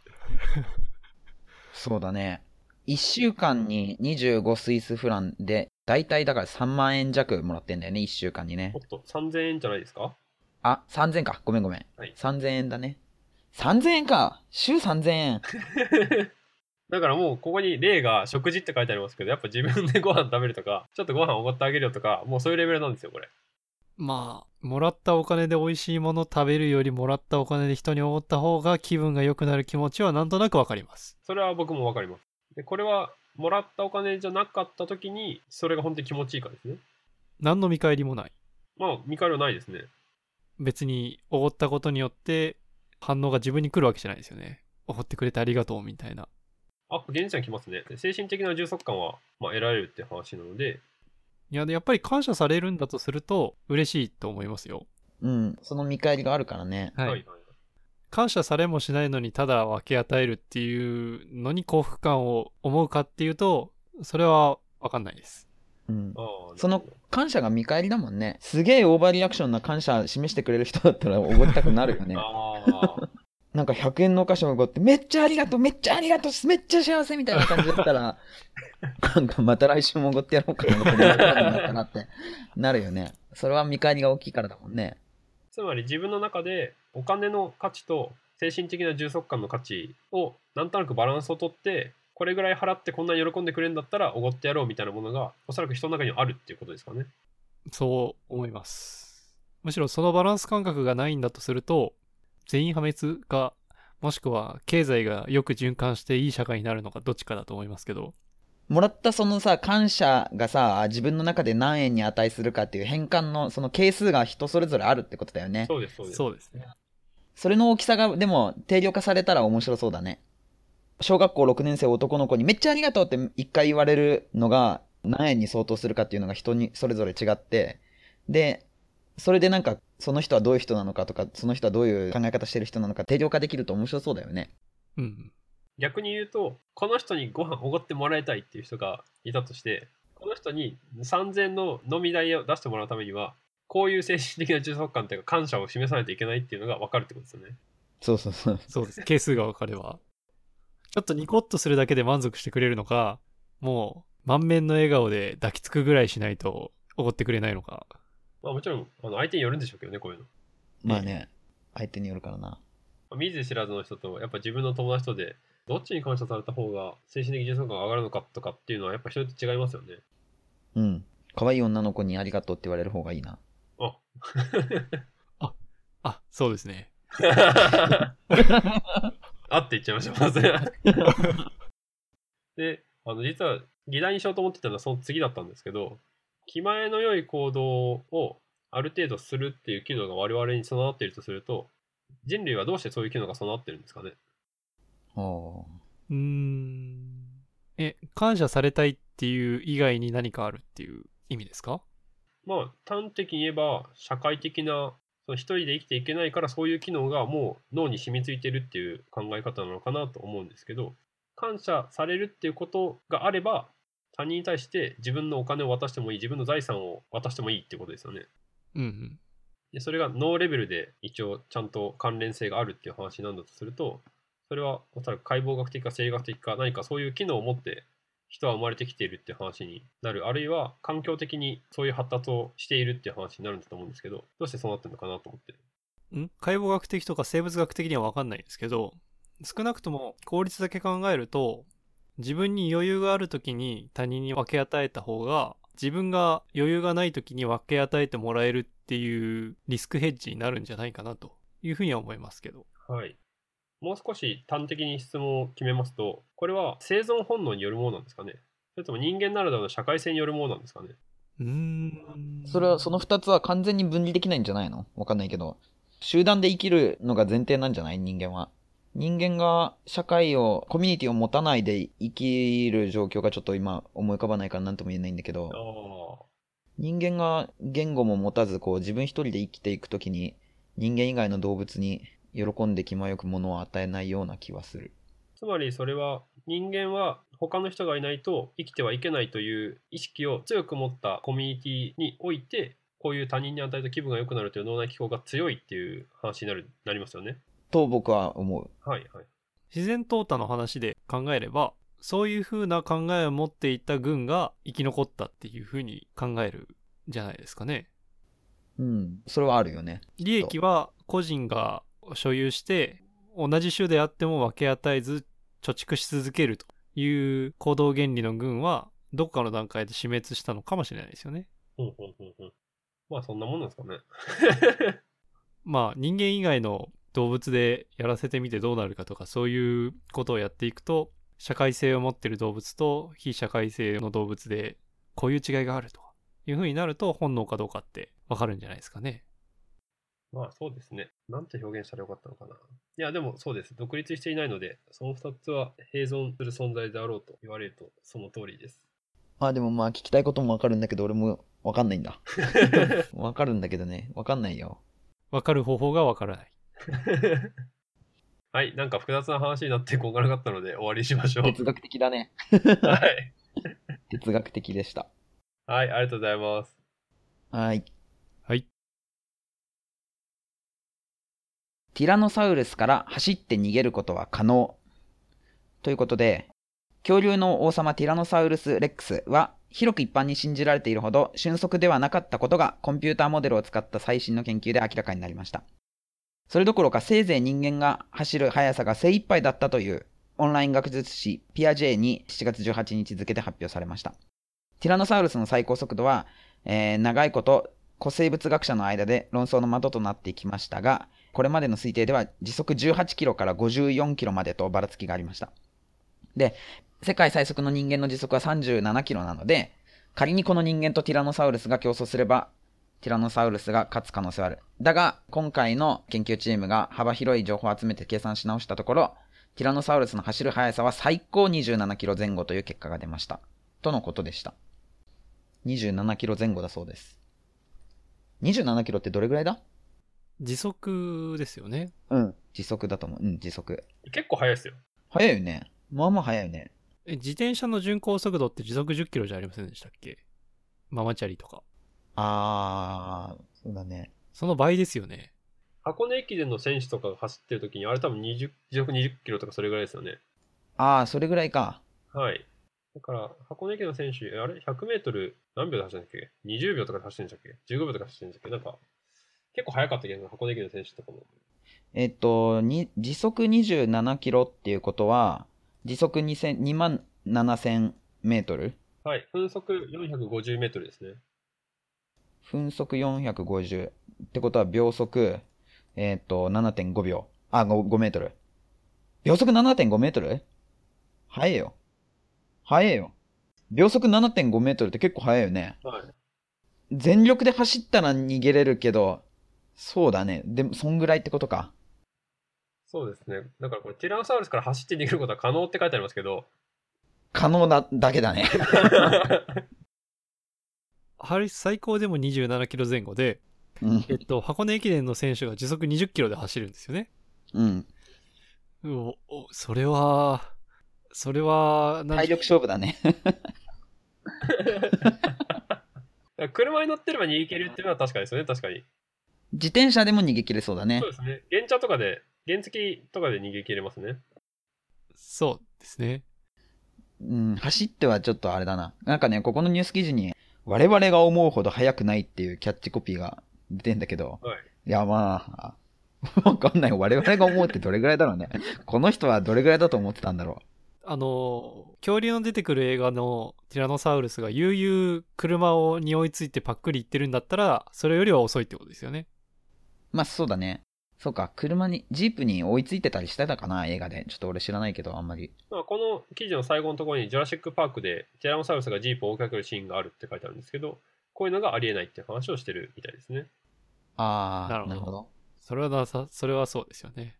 そうだね。1週間に25スイスフランで、だいたいだから3万円弱もらってんだよね、1週間にねおっ。と、3000円じゃないですかあ、3000か。ごめんごめん。はい3000円だね。3000円か週3000円。 だからもうここに例が食事って書いてありますけど、やっぱ自分でご飯食べるとか、ちょっとご飯おごってあげるよとか、もうそういうレベルなんですよ、これ。まあ、もらったお金で美味しいもの食べるよりもらったお金で人におごった方が気分が良くなる気持ちはなんとなくわかります。それは僕もわかります。で、これはもらったお金じゃなかった時に、それが本当に気持ちいいかですね。何の見返りもない。まあ、見返りはないですね。別におごったことによって反応が自分に来るわけじゃないですよね。おごってくれてありがとうみたいな。アップ現実には来ますね。で精神的な充足感は、まあ、得られるって話なので、いや、でやっぱり感謝されるんだとすると嬉しいと思いますよ。うん。その見返りがあるからね。ははいはい感謝されもしないのにただ分け与えるっていうのに幸福感を思うかっていうと、それは分かんないです。うんあ。ーそなのるほど。感謝が見返りだもんね。すげえオーバーリアクションな感謝示してくれる人だったらおごりたくなるよね あーなんか100円のお菓子をおごって、めっちゃありがとう、めっちゃありがとう、めっちゃ幸せみたいな感じだったら、なんかまた来週もおごってやろうかな、おごってやろうかななってなるよね。それは見返りが大きいからだもんね。つまり自分の中でお金の価値と精神的な充足感の価値をなんとなくバランスをとってこれぐらい払ってこんなに喜んでくれるんだったらおごってやろうみたいなものがおそらく人の中にはあるっていうことですかね。そう思います。むしろそのバランス感覚がないんだとすると、全員破滅か、もしくは経済がよく循環していい社会になるのかどっちかだと思いますけど、もらったそのさ、感謝がさ、自分の中で何円に値するかっていう変換のその係数が人それぞれあるってことだよね。そうですそうです。そうですね。それの大きさが、でも、定量化されたら面白そうだね。小学校6年生男の子に、めっちゃありがとうって一回言われるのが、何円に相当するかっていうのが人にそれぞれ違って、で、それでなんか、その人はどういう人なのかとか、その人はどういう考え方してる人なのか、定量化できると面白そうだよね。うん。逆に言うとこの人にご飯おごってもらいたいっていう人がいたとしてこの人に3000円の飲み代を出してもらうためにはこういう精神的な充足感というか感謝を示さないといけないっていうのが分かるってことですよね。そうそうそう。そうです。係数が分かれば。ちょっとニコッとするだけで満足してくれるのか、もう満面の笑顔で抱きつくぐらいしないとおごってくれないのか。まあもちろんあの相手によるんでしょうけどねこういうの。まあね、相手によるからな。見ず知らずの人とやっぱ自分の友達とでどっちに感謝された方が精神的充足感が上がるのかとかっていうのはやっぱ人によって違いますよね。うん。可愛い女の子にありがとうって言われる方がいいな。ああ、そうですね。あって言っちゃいました まず。であの実は議題にしようと思ってたのはその次だったんですけど気前の良い行動をある程度するっていう機能が我々に備わっているとすると人類はどうしてそういう機能が備わってるんですかねおーうーん。え、感謝されたいっていう以外に何かあるっていう意味ですかまあ端的に言えば社会的なその一人で生きていけないからそういう機能がもう脳に染みついてるっていう考え方なのかなと思うんですけど感謝されるっていうことがあれば他人に対して自分のお金を渡してもいい自分の財産を渡してもいいってことですよねうんうん。でそれが脳レベルで一応ちゃんと関連性があるっていう話なんだとするとそれはおそらく解剖学的か生理学的か何かそういう機能を持って人は生まれてきているっていう話になるあるいは環境的にそういう発達をしているっていう話になるんだと思うんですけどどうしてそうなってるのかなと思ってん解剖学的とか生物学的には分かんないですけど少なくとも効率だけ考えると自分に余裕がある時に他人に分け与えた方が自分が余裕がない時に分け与えてもらえるっていうリスクヘッジになるんじゃないかなというふうには思いますけどはいもう少し端的に質問を決めますとこれは生存本能によるものなんですかねそれとも人間ならではの社会性によるものなんですかねうーんそれはその2つは完全に分離できないんじゃないのわかんないけど集団で生きるのが前提なんじゃない人間は人間が社会を、コミュニティを持たないで生きる状況がちょっと今思い浮かばないから何とも言えないんだけど、あ人間が言語も持たずこう自分一人で生きていくときに人間以外の動物に喜んで気前よく物を与えないような気はするつまりそれは人間は他の人がいないと生きてはいけないという意識を強く持ったコミュニティにおいてこういう他人に与えると気分が良くなるという脳内機構が強いっていう話になるなりますよね。と僕は思うはいはい。自然淘汰の話で考えればそういう風な考えを持っていた軍が生き残ったっていう風に考えるんじゃないですかねうんそれはあるよね利益は個人が所有して同じ種であっても分け与えず貯蓄し続けるという行動原理の軍はどこかの段階で死滅したのかもしれないですよねほうほうほうほうまあそんなもんなんですかね。まあ人間以外の動物でやらせてみてどうなるかとかそういうことをやっていくと社会性を持ってる動物と非社会性の動物でこういう違いがあるというふうになると本能かどうかってわかるんじゃないですかね。まあそうですね。なんて表現したらよかったのかな。いやでもそうです。独立していないので、その2つは併存する存在であろうと言われるとその通りです。あでもまあ聞きたいこともわかるんだけど俺もわかんないんだわかるんだけどねわかんないよわかる方法がわからない。はい、なんか複雑な話になってこんがらかったので終わりにしましょ哲 う。学的だねはい。哲学的でしたはい、ありがとうございます。はいはい。ティラノサウルスから走って逃げることは可能。ということで、恐竜の王様ティラノサウルス・レックスは、広く一般に信じられているほど俊足ではなかったことがコンピューターモデルを使った最新の研究で明らかになりました。それどころかせいぜい人間が走る速さが精一杯だったというオンライン学術誌ピア J に7月18日付で発表されました。ティラノサウルスの最高速度は、えー長いこと古生物学者の間で論争の的となってきましたが、これまでの推定では時速18キロから54キロまでとばらつきがありました。で、世界最速の人間の時速は37キロなので、仮にこの人間とティラノサウルスが競争すれば、ティラノサウルスが勝つ可能性はある。だが、今回の研究チームが幅広い情報を集めて計算し直したところ、ティラノサウルスの走る速さは最高27キロ前後という結果が出ました。とのことでした。27キロ前後だそうです。27キロってどれぐらいだ時速ですよね。うん。時速だと思う。うん、時速。結構早いですよ。早いよね。まあまあ早いよね。え自転車の巡航速度って時速10キロじゃありませんでしたっけママチャリとか。あー、そうだね。その倍ですよね。箱根駅伝の選手とかが走ってる時に、あれ多分20時速20キロとかそれぐらいですよね。あー、それぐらいか。はい。だから、箱根駅伝の選手、えあれ ?100 メートル何秒で走ってんだっけ ?20 秒とかで走ってんだっけ ?15 秒とかで走ってんだっけなんか、結構早かったけど、箱根駅伝の選手とかも。えっと、に時速27キロっていうことは、時速2000 2万7000メートルはい。分速450メートルですね。分速450。ってことは秒速、えっと、7.5秒。あ、5, 5メートル。秒速7.5メートル速いよ。速いよ。秒速7.5メートルって結構速いよね。はい。全力で走ったら逃げれるけど、そうだね。でも、そんぐらいってことか。そうですね。だからこれ、ティラノサウルスから走って逃げることは可能って書いてありますけど、可能なだけだね。ハリス最高でも27キロ前後で、うん。えっと、箱根駅伝の選手が時速20キロで走るんですよね。うん。うお、おそれは、それは、なん体力勝負だね。だから車に乗ってれば逃げ切るっていうのは確かですよね、確かに。自転車でも逃げ切れそうだねそう。ですね。原チャとかで、原付とかで逃げ切れますね。そうですね。うん。走ってはちょっとあれだな。なんかね、ここのニュース記事に、我々が思うほど速くないっていうキャッチコピーが出てんだけど。はい。いや、まあ、 わかんない。我々が思うってどれぐらいだろうね。この人はどれぐらいだと思ってたんだろあの、恐竜の出てくる映画のティラノサウルスが悠々車をに追いついてパックリ行ってるんだったら、それよりは遅いってことですよね。う。まあ、そうだね。そうか、車に、ジープに追いついてたりしてたかな、映画で。ちょっと俺知らないけど、あんまり。まあ、この記事の最後のところに、ジュラシック・パークでティラノサウルスがジープを追いかけるシーンがあるって書いてあるんですけど、こういうのがありえないっていう話をしてるみたいですね。ああ、なるほなどるほど。それはなさ、それはそうですよね。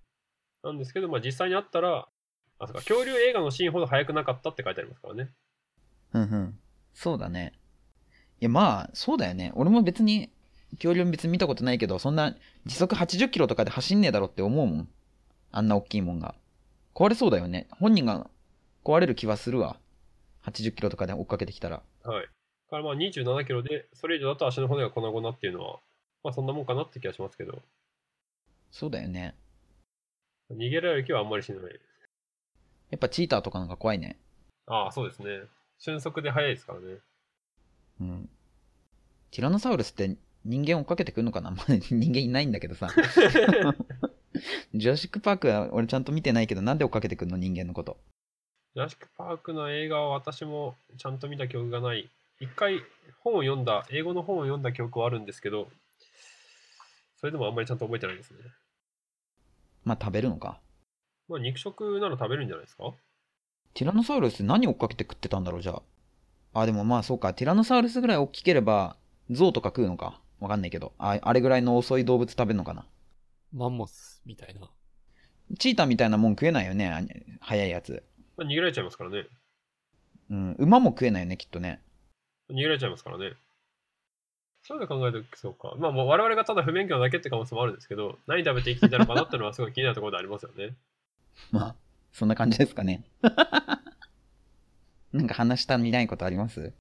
なんですけど、まあ、実際にあったら、あ、そうか、恐竜映画のシーンほど早くなかったって書いてありますからね。うんうん。そうだね。いや、まあ、そうだよね。俺も別に、恐竜別に見たことないけど、そんな時速80キロとかで走んねえだろって思うもん。あんな大きいもんが。壊れそうだよね。本人が壊れる気はするわ。80キロとかで追っかけてきたら。はい。からまあ27キロで、それ以上だと足の骨が粉々っていうのは、まあそんなもんかなって気がしますけど、そうだよね。逃げられる気はあんまりしない。やっぱチーターとかの方が怖いね。ああ、そうですね。瞬足で速いですからね。うん。ティラノサウルスって人間追っかけてくるのかなま あ人間いないんだけど さ。ジュラシック・パークは俺ちゃんと見てないけど、なんで追っかけてくるの人間のこと。ジュラシック・パークの映画は私もちゃんと見た記憶がない。一回本を読んだ、英語の本を読んだ記憶はあるんですけど、それでもあんまりちゃんと覚えてないですね。まあ食べるのか。まあ肉食なら食べるんじゃないですかティラノサウルス何追っかけて食ってたんだろう、じゃあ。あ、でもまあそうか。ティラノサウルスぐらい大きければ、象とか食うのか。わかんないけど。ああれぐらいの遅い動物食べるのかな。マンモスみたいな。チーターみたいなもん食えないよね。あ速いやつ。まあ逃げられちゃいますからね。うん。馬も食えないよね、きっとね。逃げられちゃいますからね。そういうの考えてそうか。まあ、もう我々がただ不勉強だけって可能性もあるんですけど、何食べて生きていたのかなっていうのはすごい気になるところでありますよね。まあ、そんな感じですかね。 なんか話したみないことあります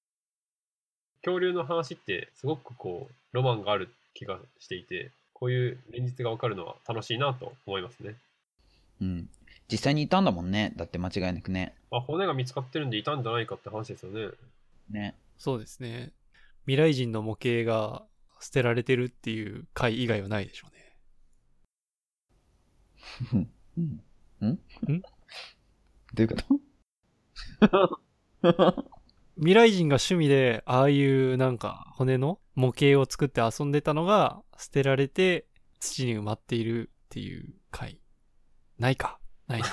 恐竜の話ってすごくこう、ロマンがある気がしていて、こういう現実がわかるのは楽しいなと思いますね。うん。実際にいたんだもんね。だって間違いなくね。まあ、骨が見つかってるんでいたんじゃないかって話ですよね。ね。そうですね。未来人の模型が捨てられてるっていう回以外はないでしょうね。うん。んんんどういうこと未来人が趣味で、ああいうなんか骨の模型を作って遊んでたのが捨てられて土に埋まっているっていう回。ないか。ない な。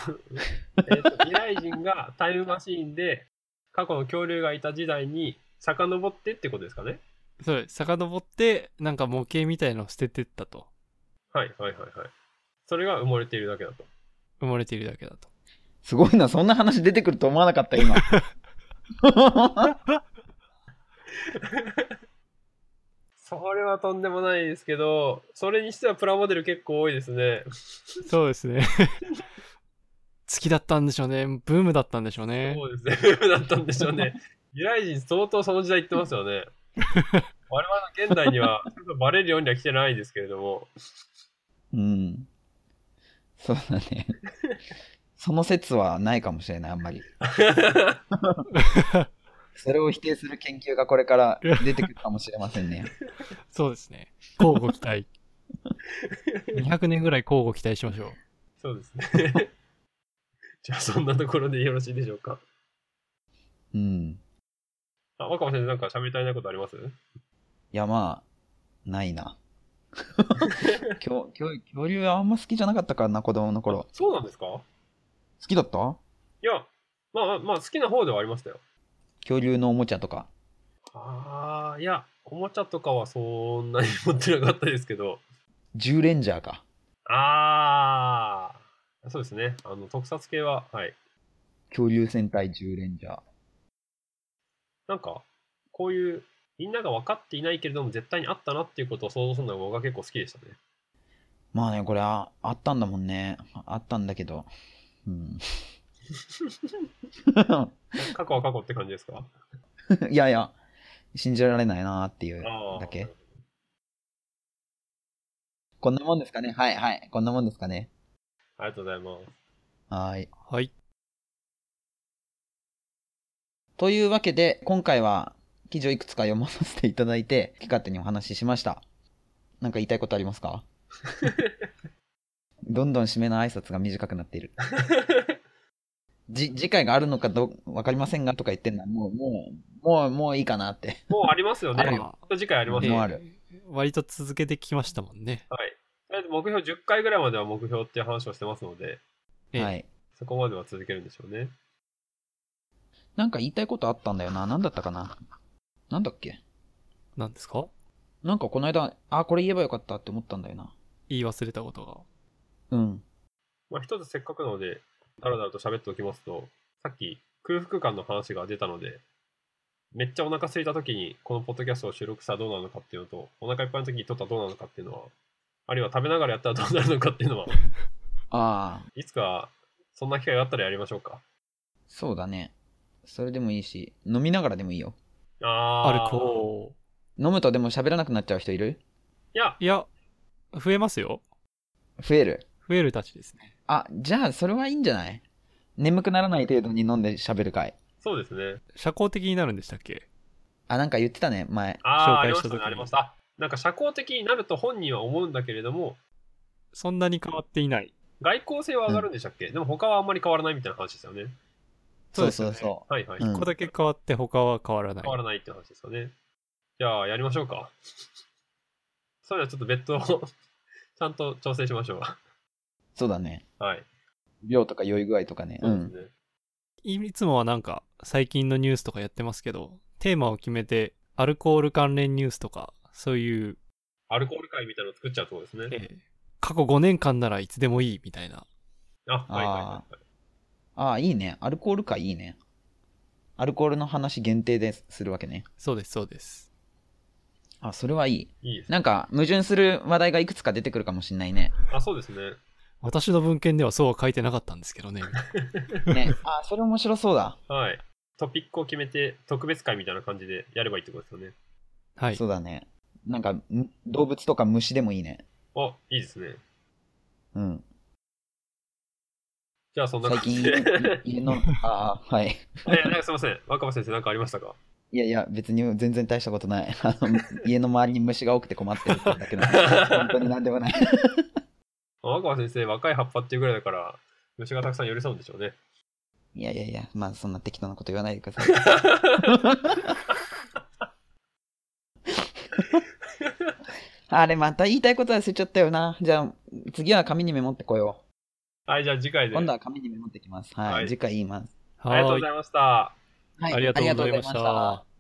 えーと未来人がタイムマシーンで過去の恐竜がいた時代に遡ってってことですかね。そう、遡って、なんか模型みたいのを捨ててったと。はいはいはいはい。それが埋もれているだけだと。埋もれているだけだと。すごいな。そんな話出てくると思わなかった、今。それはとんでもないですけど、それにしてはプラモデル結構多いですね。そうですね。 好きだったんでしょうね。ブームだったんでしょうね。そうですね。 だったんでしょうね。未来人相当その時代行ってますよね。我々の現代にはちょっとバレるようには来てないですけれども、うん。そうだね。その説はないかもしれない、あんまり。それを否定する研究がこれから出てくるかもしれませんね。そうですね。交互期待。200年ぐらい交互期待しましょう。そうですね。 じゃあそんなところでよろしいでしょうか。うん。あ、若葉先生なんか喋りたいなことありますいや、まあ、ないな。恐恐恐竜はあんま好きじゃなかったからな、子供の頃。そうなんですか好きだったいや、まあまあ好きな方ではありましたよ。恐竜のおもちゃとか。ああ、いや、おもちゃとかはそんなに持ってなかったですけど、ジュレンジャーか。ああ、そうですね。あの、特撮系は、はい。恐竜戦隊ジュレンジャー。なんか、こういう、みんなが分かっていないけれども、絶対にあったなっていうことを想像するのが僕は結構好きでしたね。まあね、これああったんだもんね。あったんだけど。うん。 過去は過去って感じですか いやいや、信じられないなーっていうああ。だけ。こんなもんですかね。はいはい。こんなもんですかね。ありがとうございます。はーい。はい。というわけで、今回は記事をいくつか読まさせていただいて、好き勝手にお話ししました。なんか言いたいことありますかどんどん締めの挨拶が短くなっている。じ次回があるのかどうわかりませんがとか言ってんのはもう、もう、もう、もういいかなって。もうありますよね。あるよまた次回ありまもすね。うはあい。る割と続けてきましたもんね。とりあえず目標10回ぐらいまでは目標っていう話をしてますので、ええはい。そこまでは続けるんでしょうね。なんか言いたいことあったんだよな。なんだったかな。なんだっけ。なんですかなんかこの間、あ、これ言えばよかったって思ったんだよな。言い忘れたことうん。まあ、一つせっかくなので、だらだらと喋っておきますと、さっき空腹感の話が出たので、めっちゃお腹空いた時にこのポッドキャストを収録したらどうなるのかっていうのと、お腹いっぱいの時に撮ったらどうなるのかっていうのは、あるいは食べながらやったらどうなるのかっていうのは、 ああ、いつかそんな機会があったらやりましょうか。そうだね。それでもいいし、飲みながらでもいいよ。アルあーコ飲むとでも喋らなくなっちゃう人いるいや、ール。いや、増えますよ。増える。増えるたちですね。あ、じゃあそれはいいんじゃない眠くならない程度に飲んで喋る会。そうですね。社交的になるんでしたっけあ、なんか言ってたね、前。ああ、あ紹介りしましたた時ね、にありました。あなんか社交的になると本人は思うんだけれども、そんなに変わっていない。外交性は上がるんでしたっけ、でも他はあんまり変わらないみたいな話ですよね。そうですそようねそはいはい。うんここだけ変わって他は変わらない変。わらないって話ですよね。じゃあ、やりましょうか。 それではちょっと別途、 ちゃんと調整しましょう。そうだね。う。はい。量とか酔い具合とかね。うそうですん。ね。いつもはなんか最近のニュースとかやってますけど、テーマを決めてアルコール関連ニュースとか、そういう、アルコール会みたいなの作っちゃうところですえね。ー過去5年間ならいつでもいいみたいな。あ、はいはいはああ、いいね。アルコール会いいね。アルコールの話限定でするわけね。そうです、そうです。あ、それはいい。い。いいですね。なんか矛盾する話題がいくつか出てくるかもしんないね。あ、そうですね。私の文献ではそうは書いてなかったんですけどね。 ね。あ、それ面白そうだ。はい。トピックを決めて、特別会みたいな感じでやればいいってことですよね。はいそ。うだね。なんかむ動物とか虫でもいいね。あ、いいですね。うん。じゃあ、そんな最感近じ家で。 家の、ああ、はい。 えなんかすいません。若葉先生、なんかありましたかいやいや、別に全然大したことない。あの家の周りに虫が多くて困ってるってだ けの、本当になんでもない。若葉先生、若い葉っぱっていうぐらいだから、虫がたくさん寄り添うんでしょうね。いやいやいや、まあそんな適当なこと言わないでくださ い。あれ、また言いたいこと忘れちゃったよな。じゃあ、次は紙にメモってこよはい、じゃあ次回う。で。今度は紙にメモってきます。はい、はい次回言います。ありがとうごはざいました。はい、ーいありがとうございましありがとうございましたた。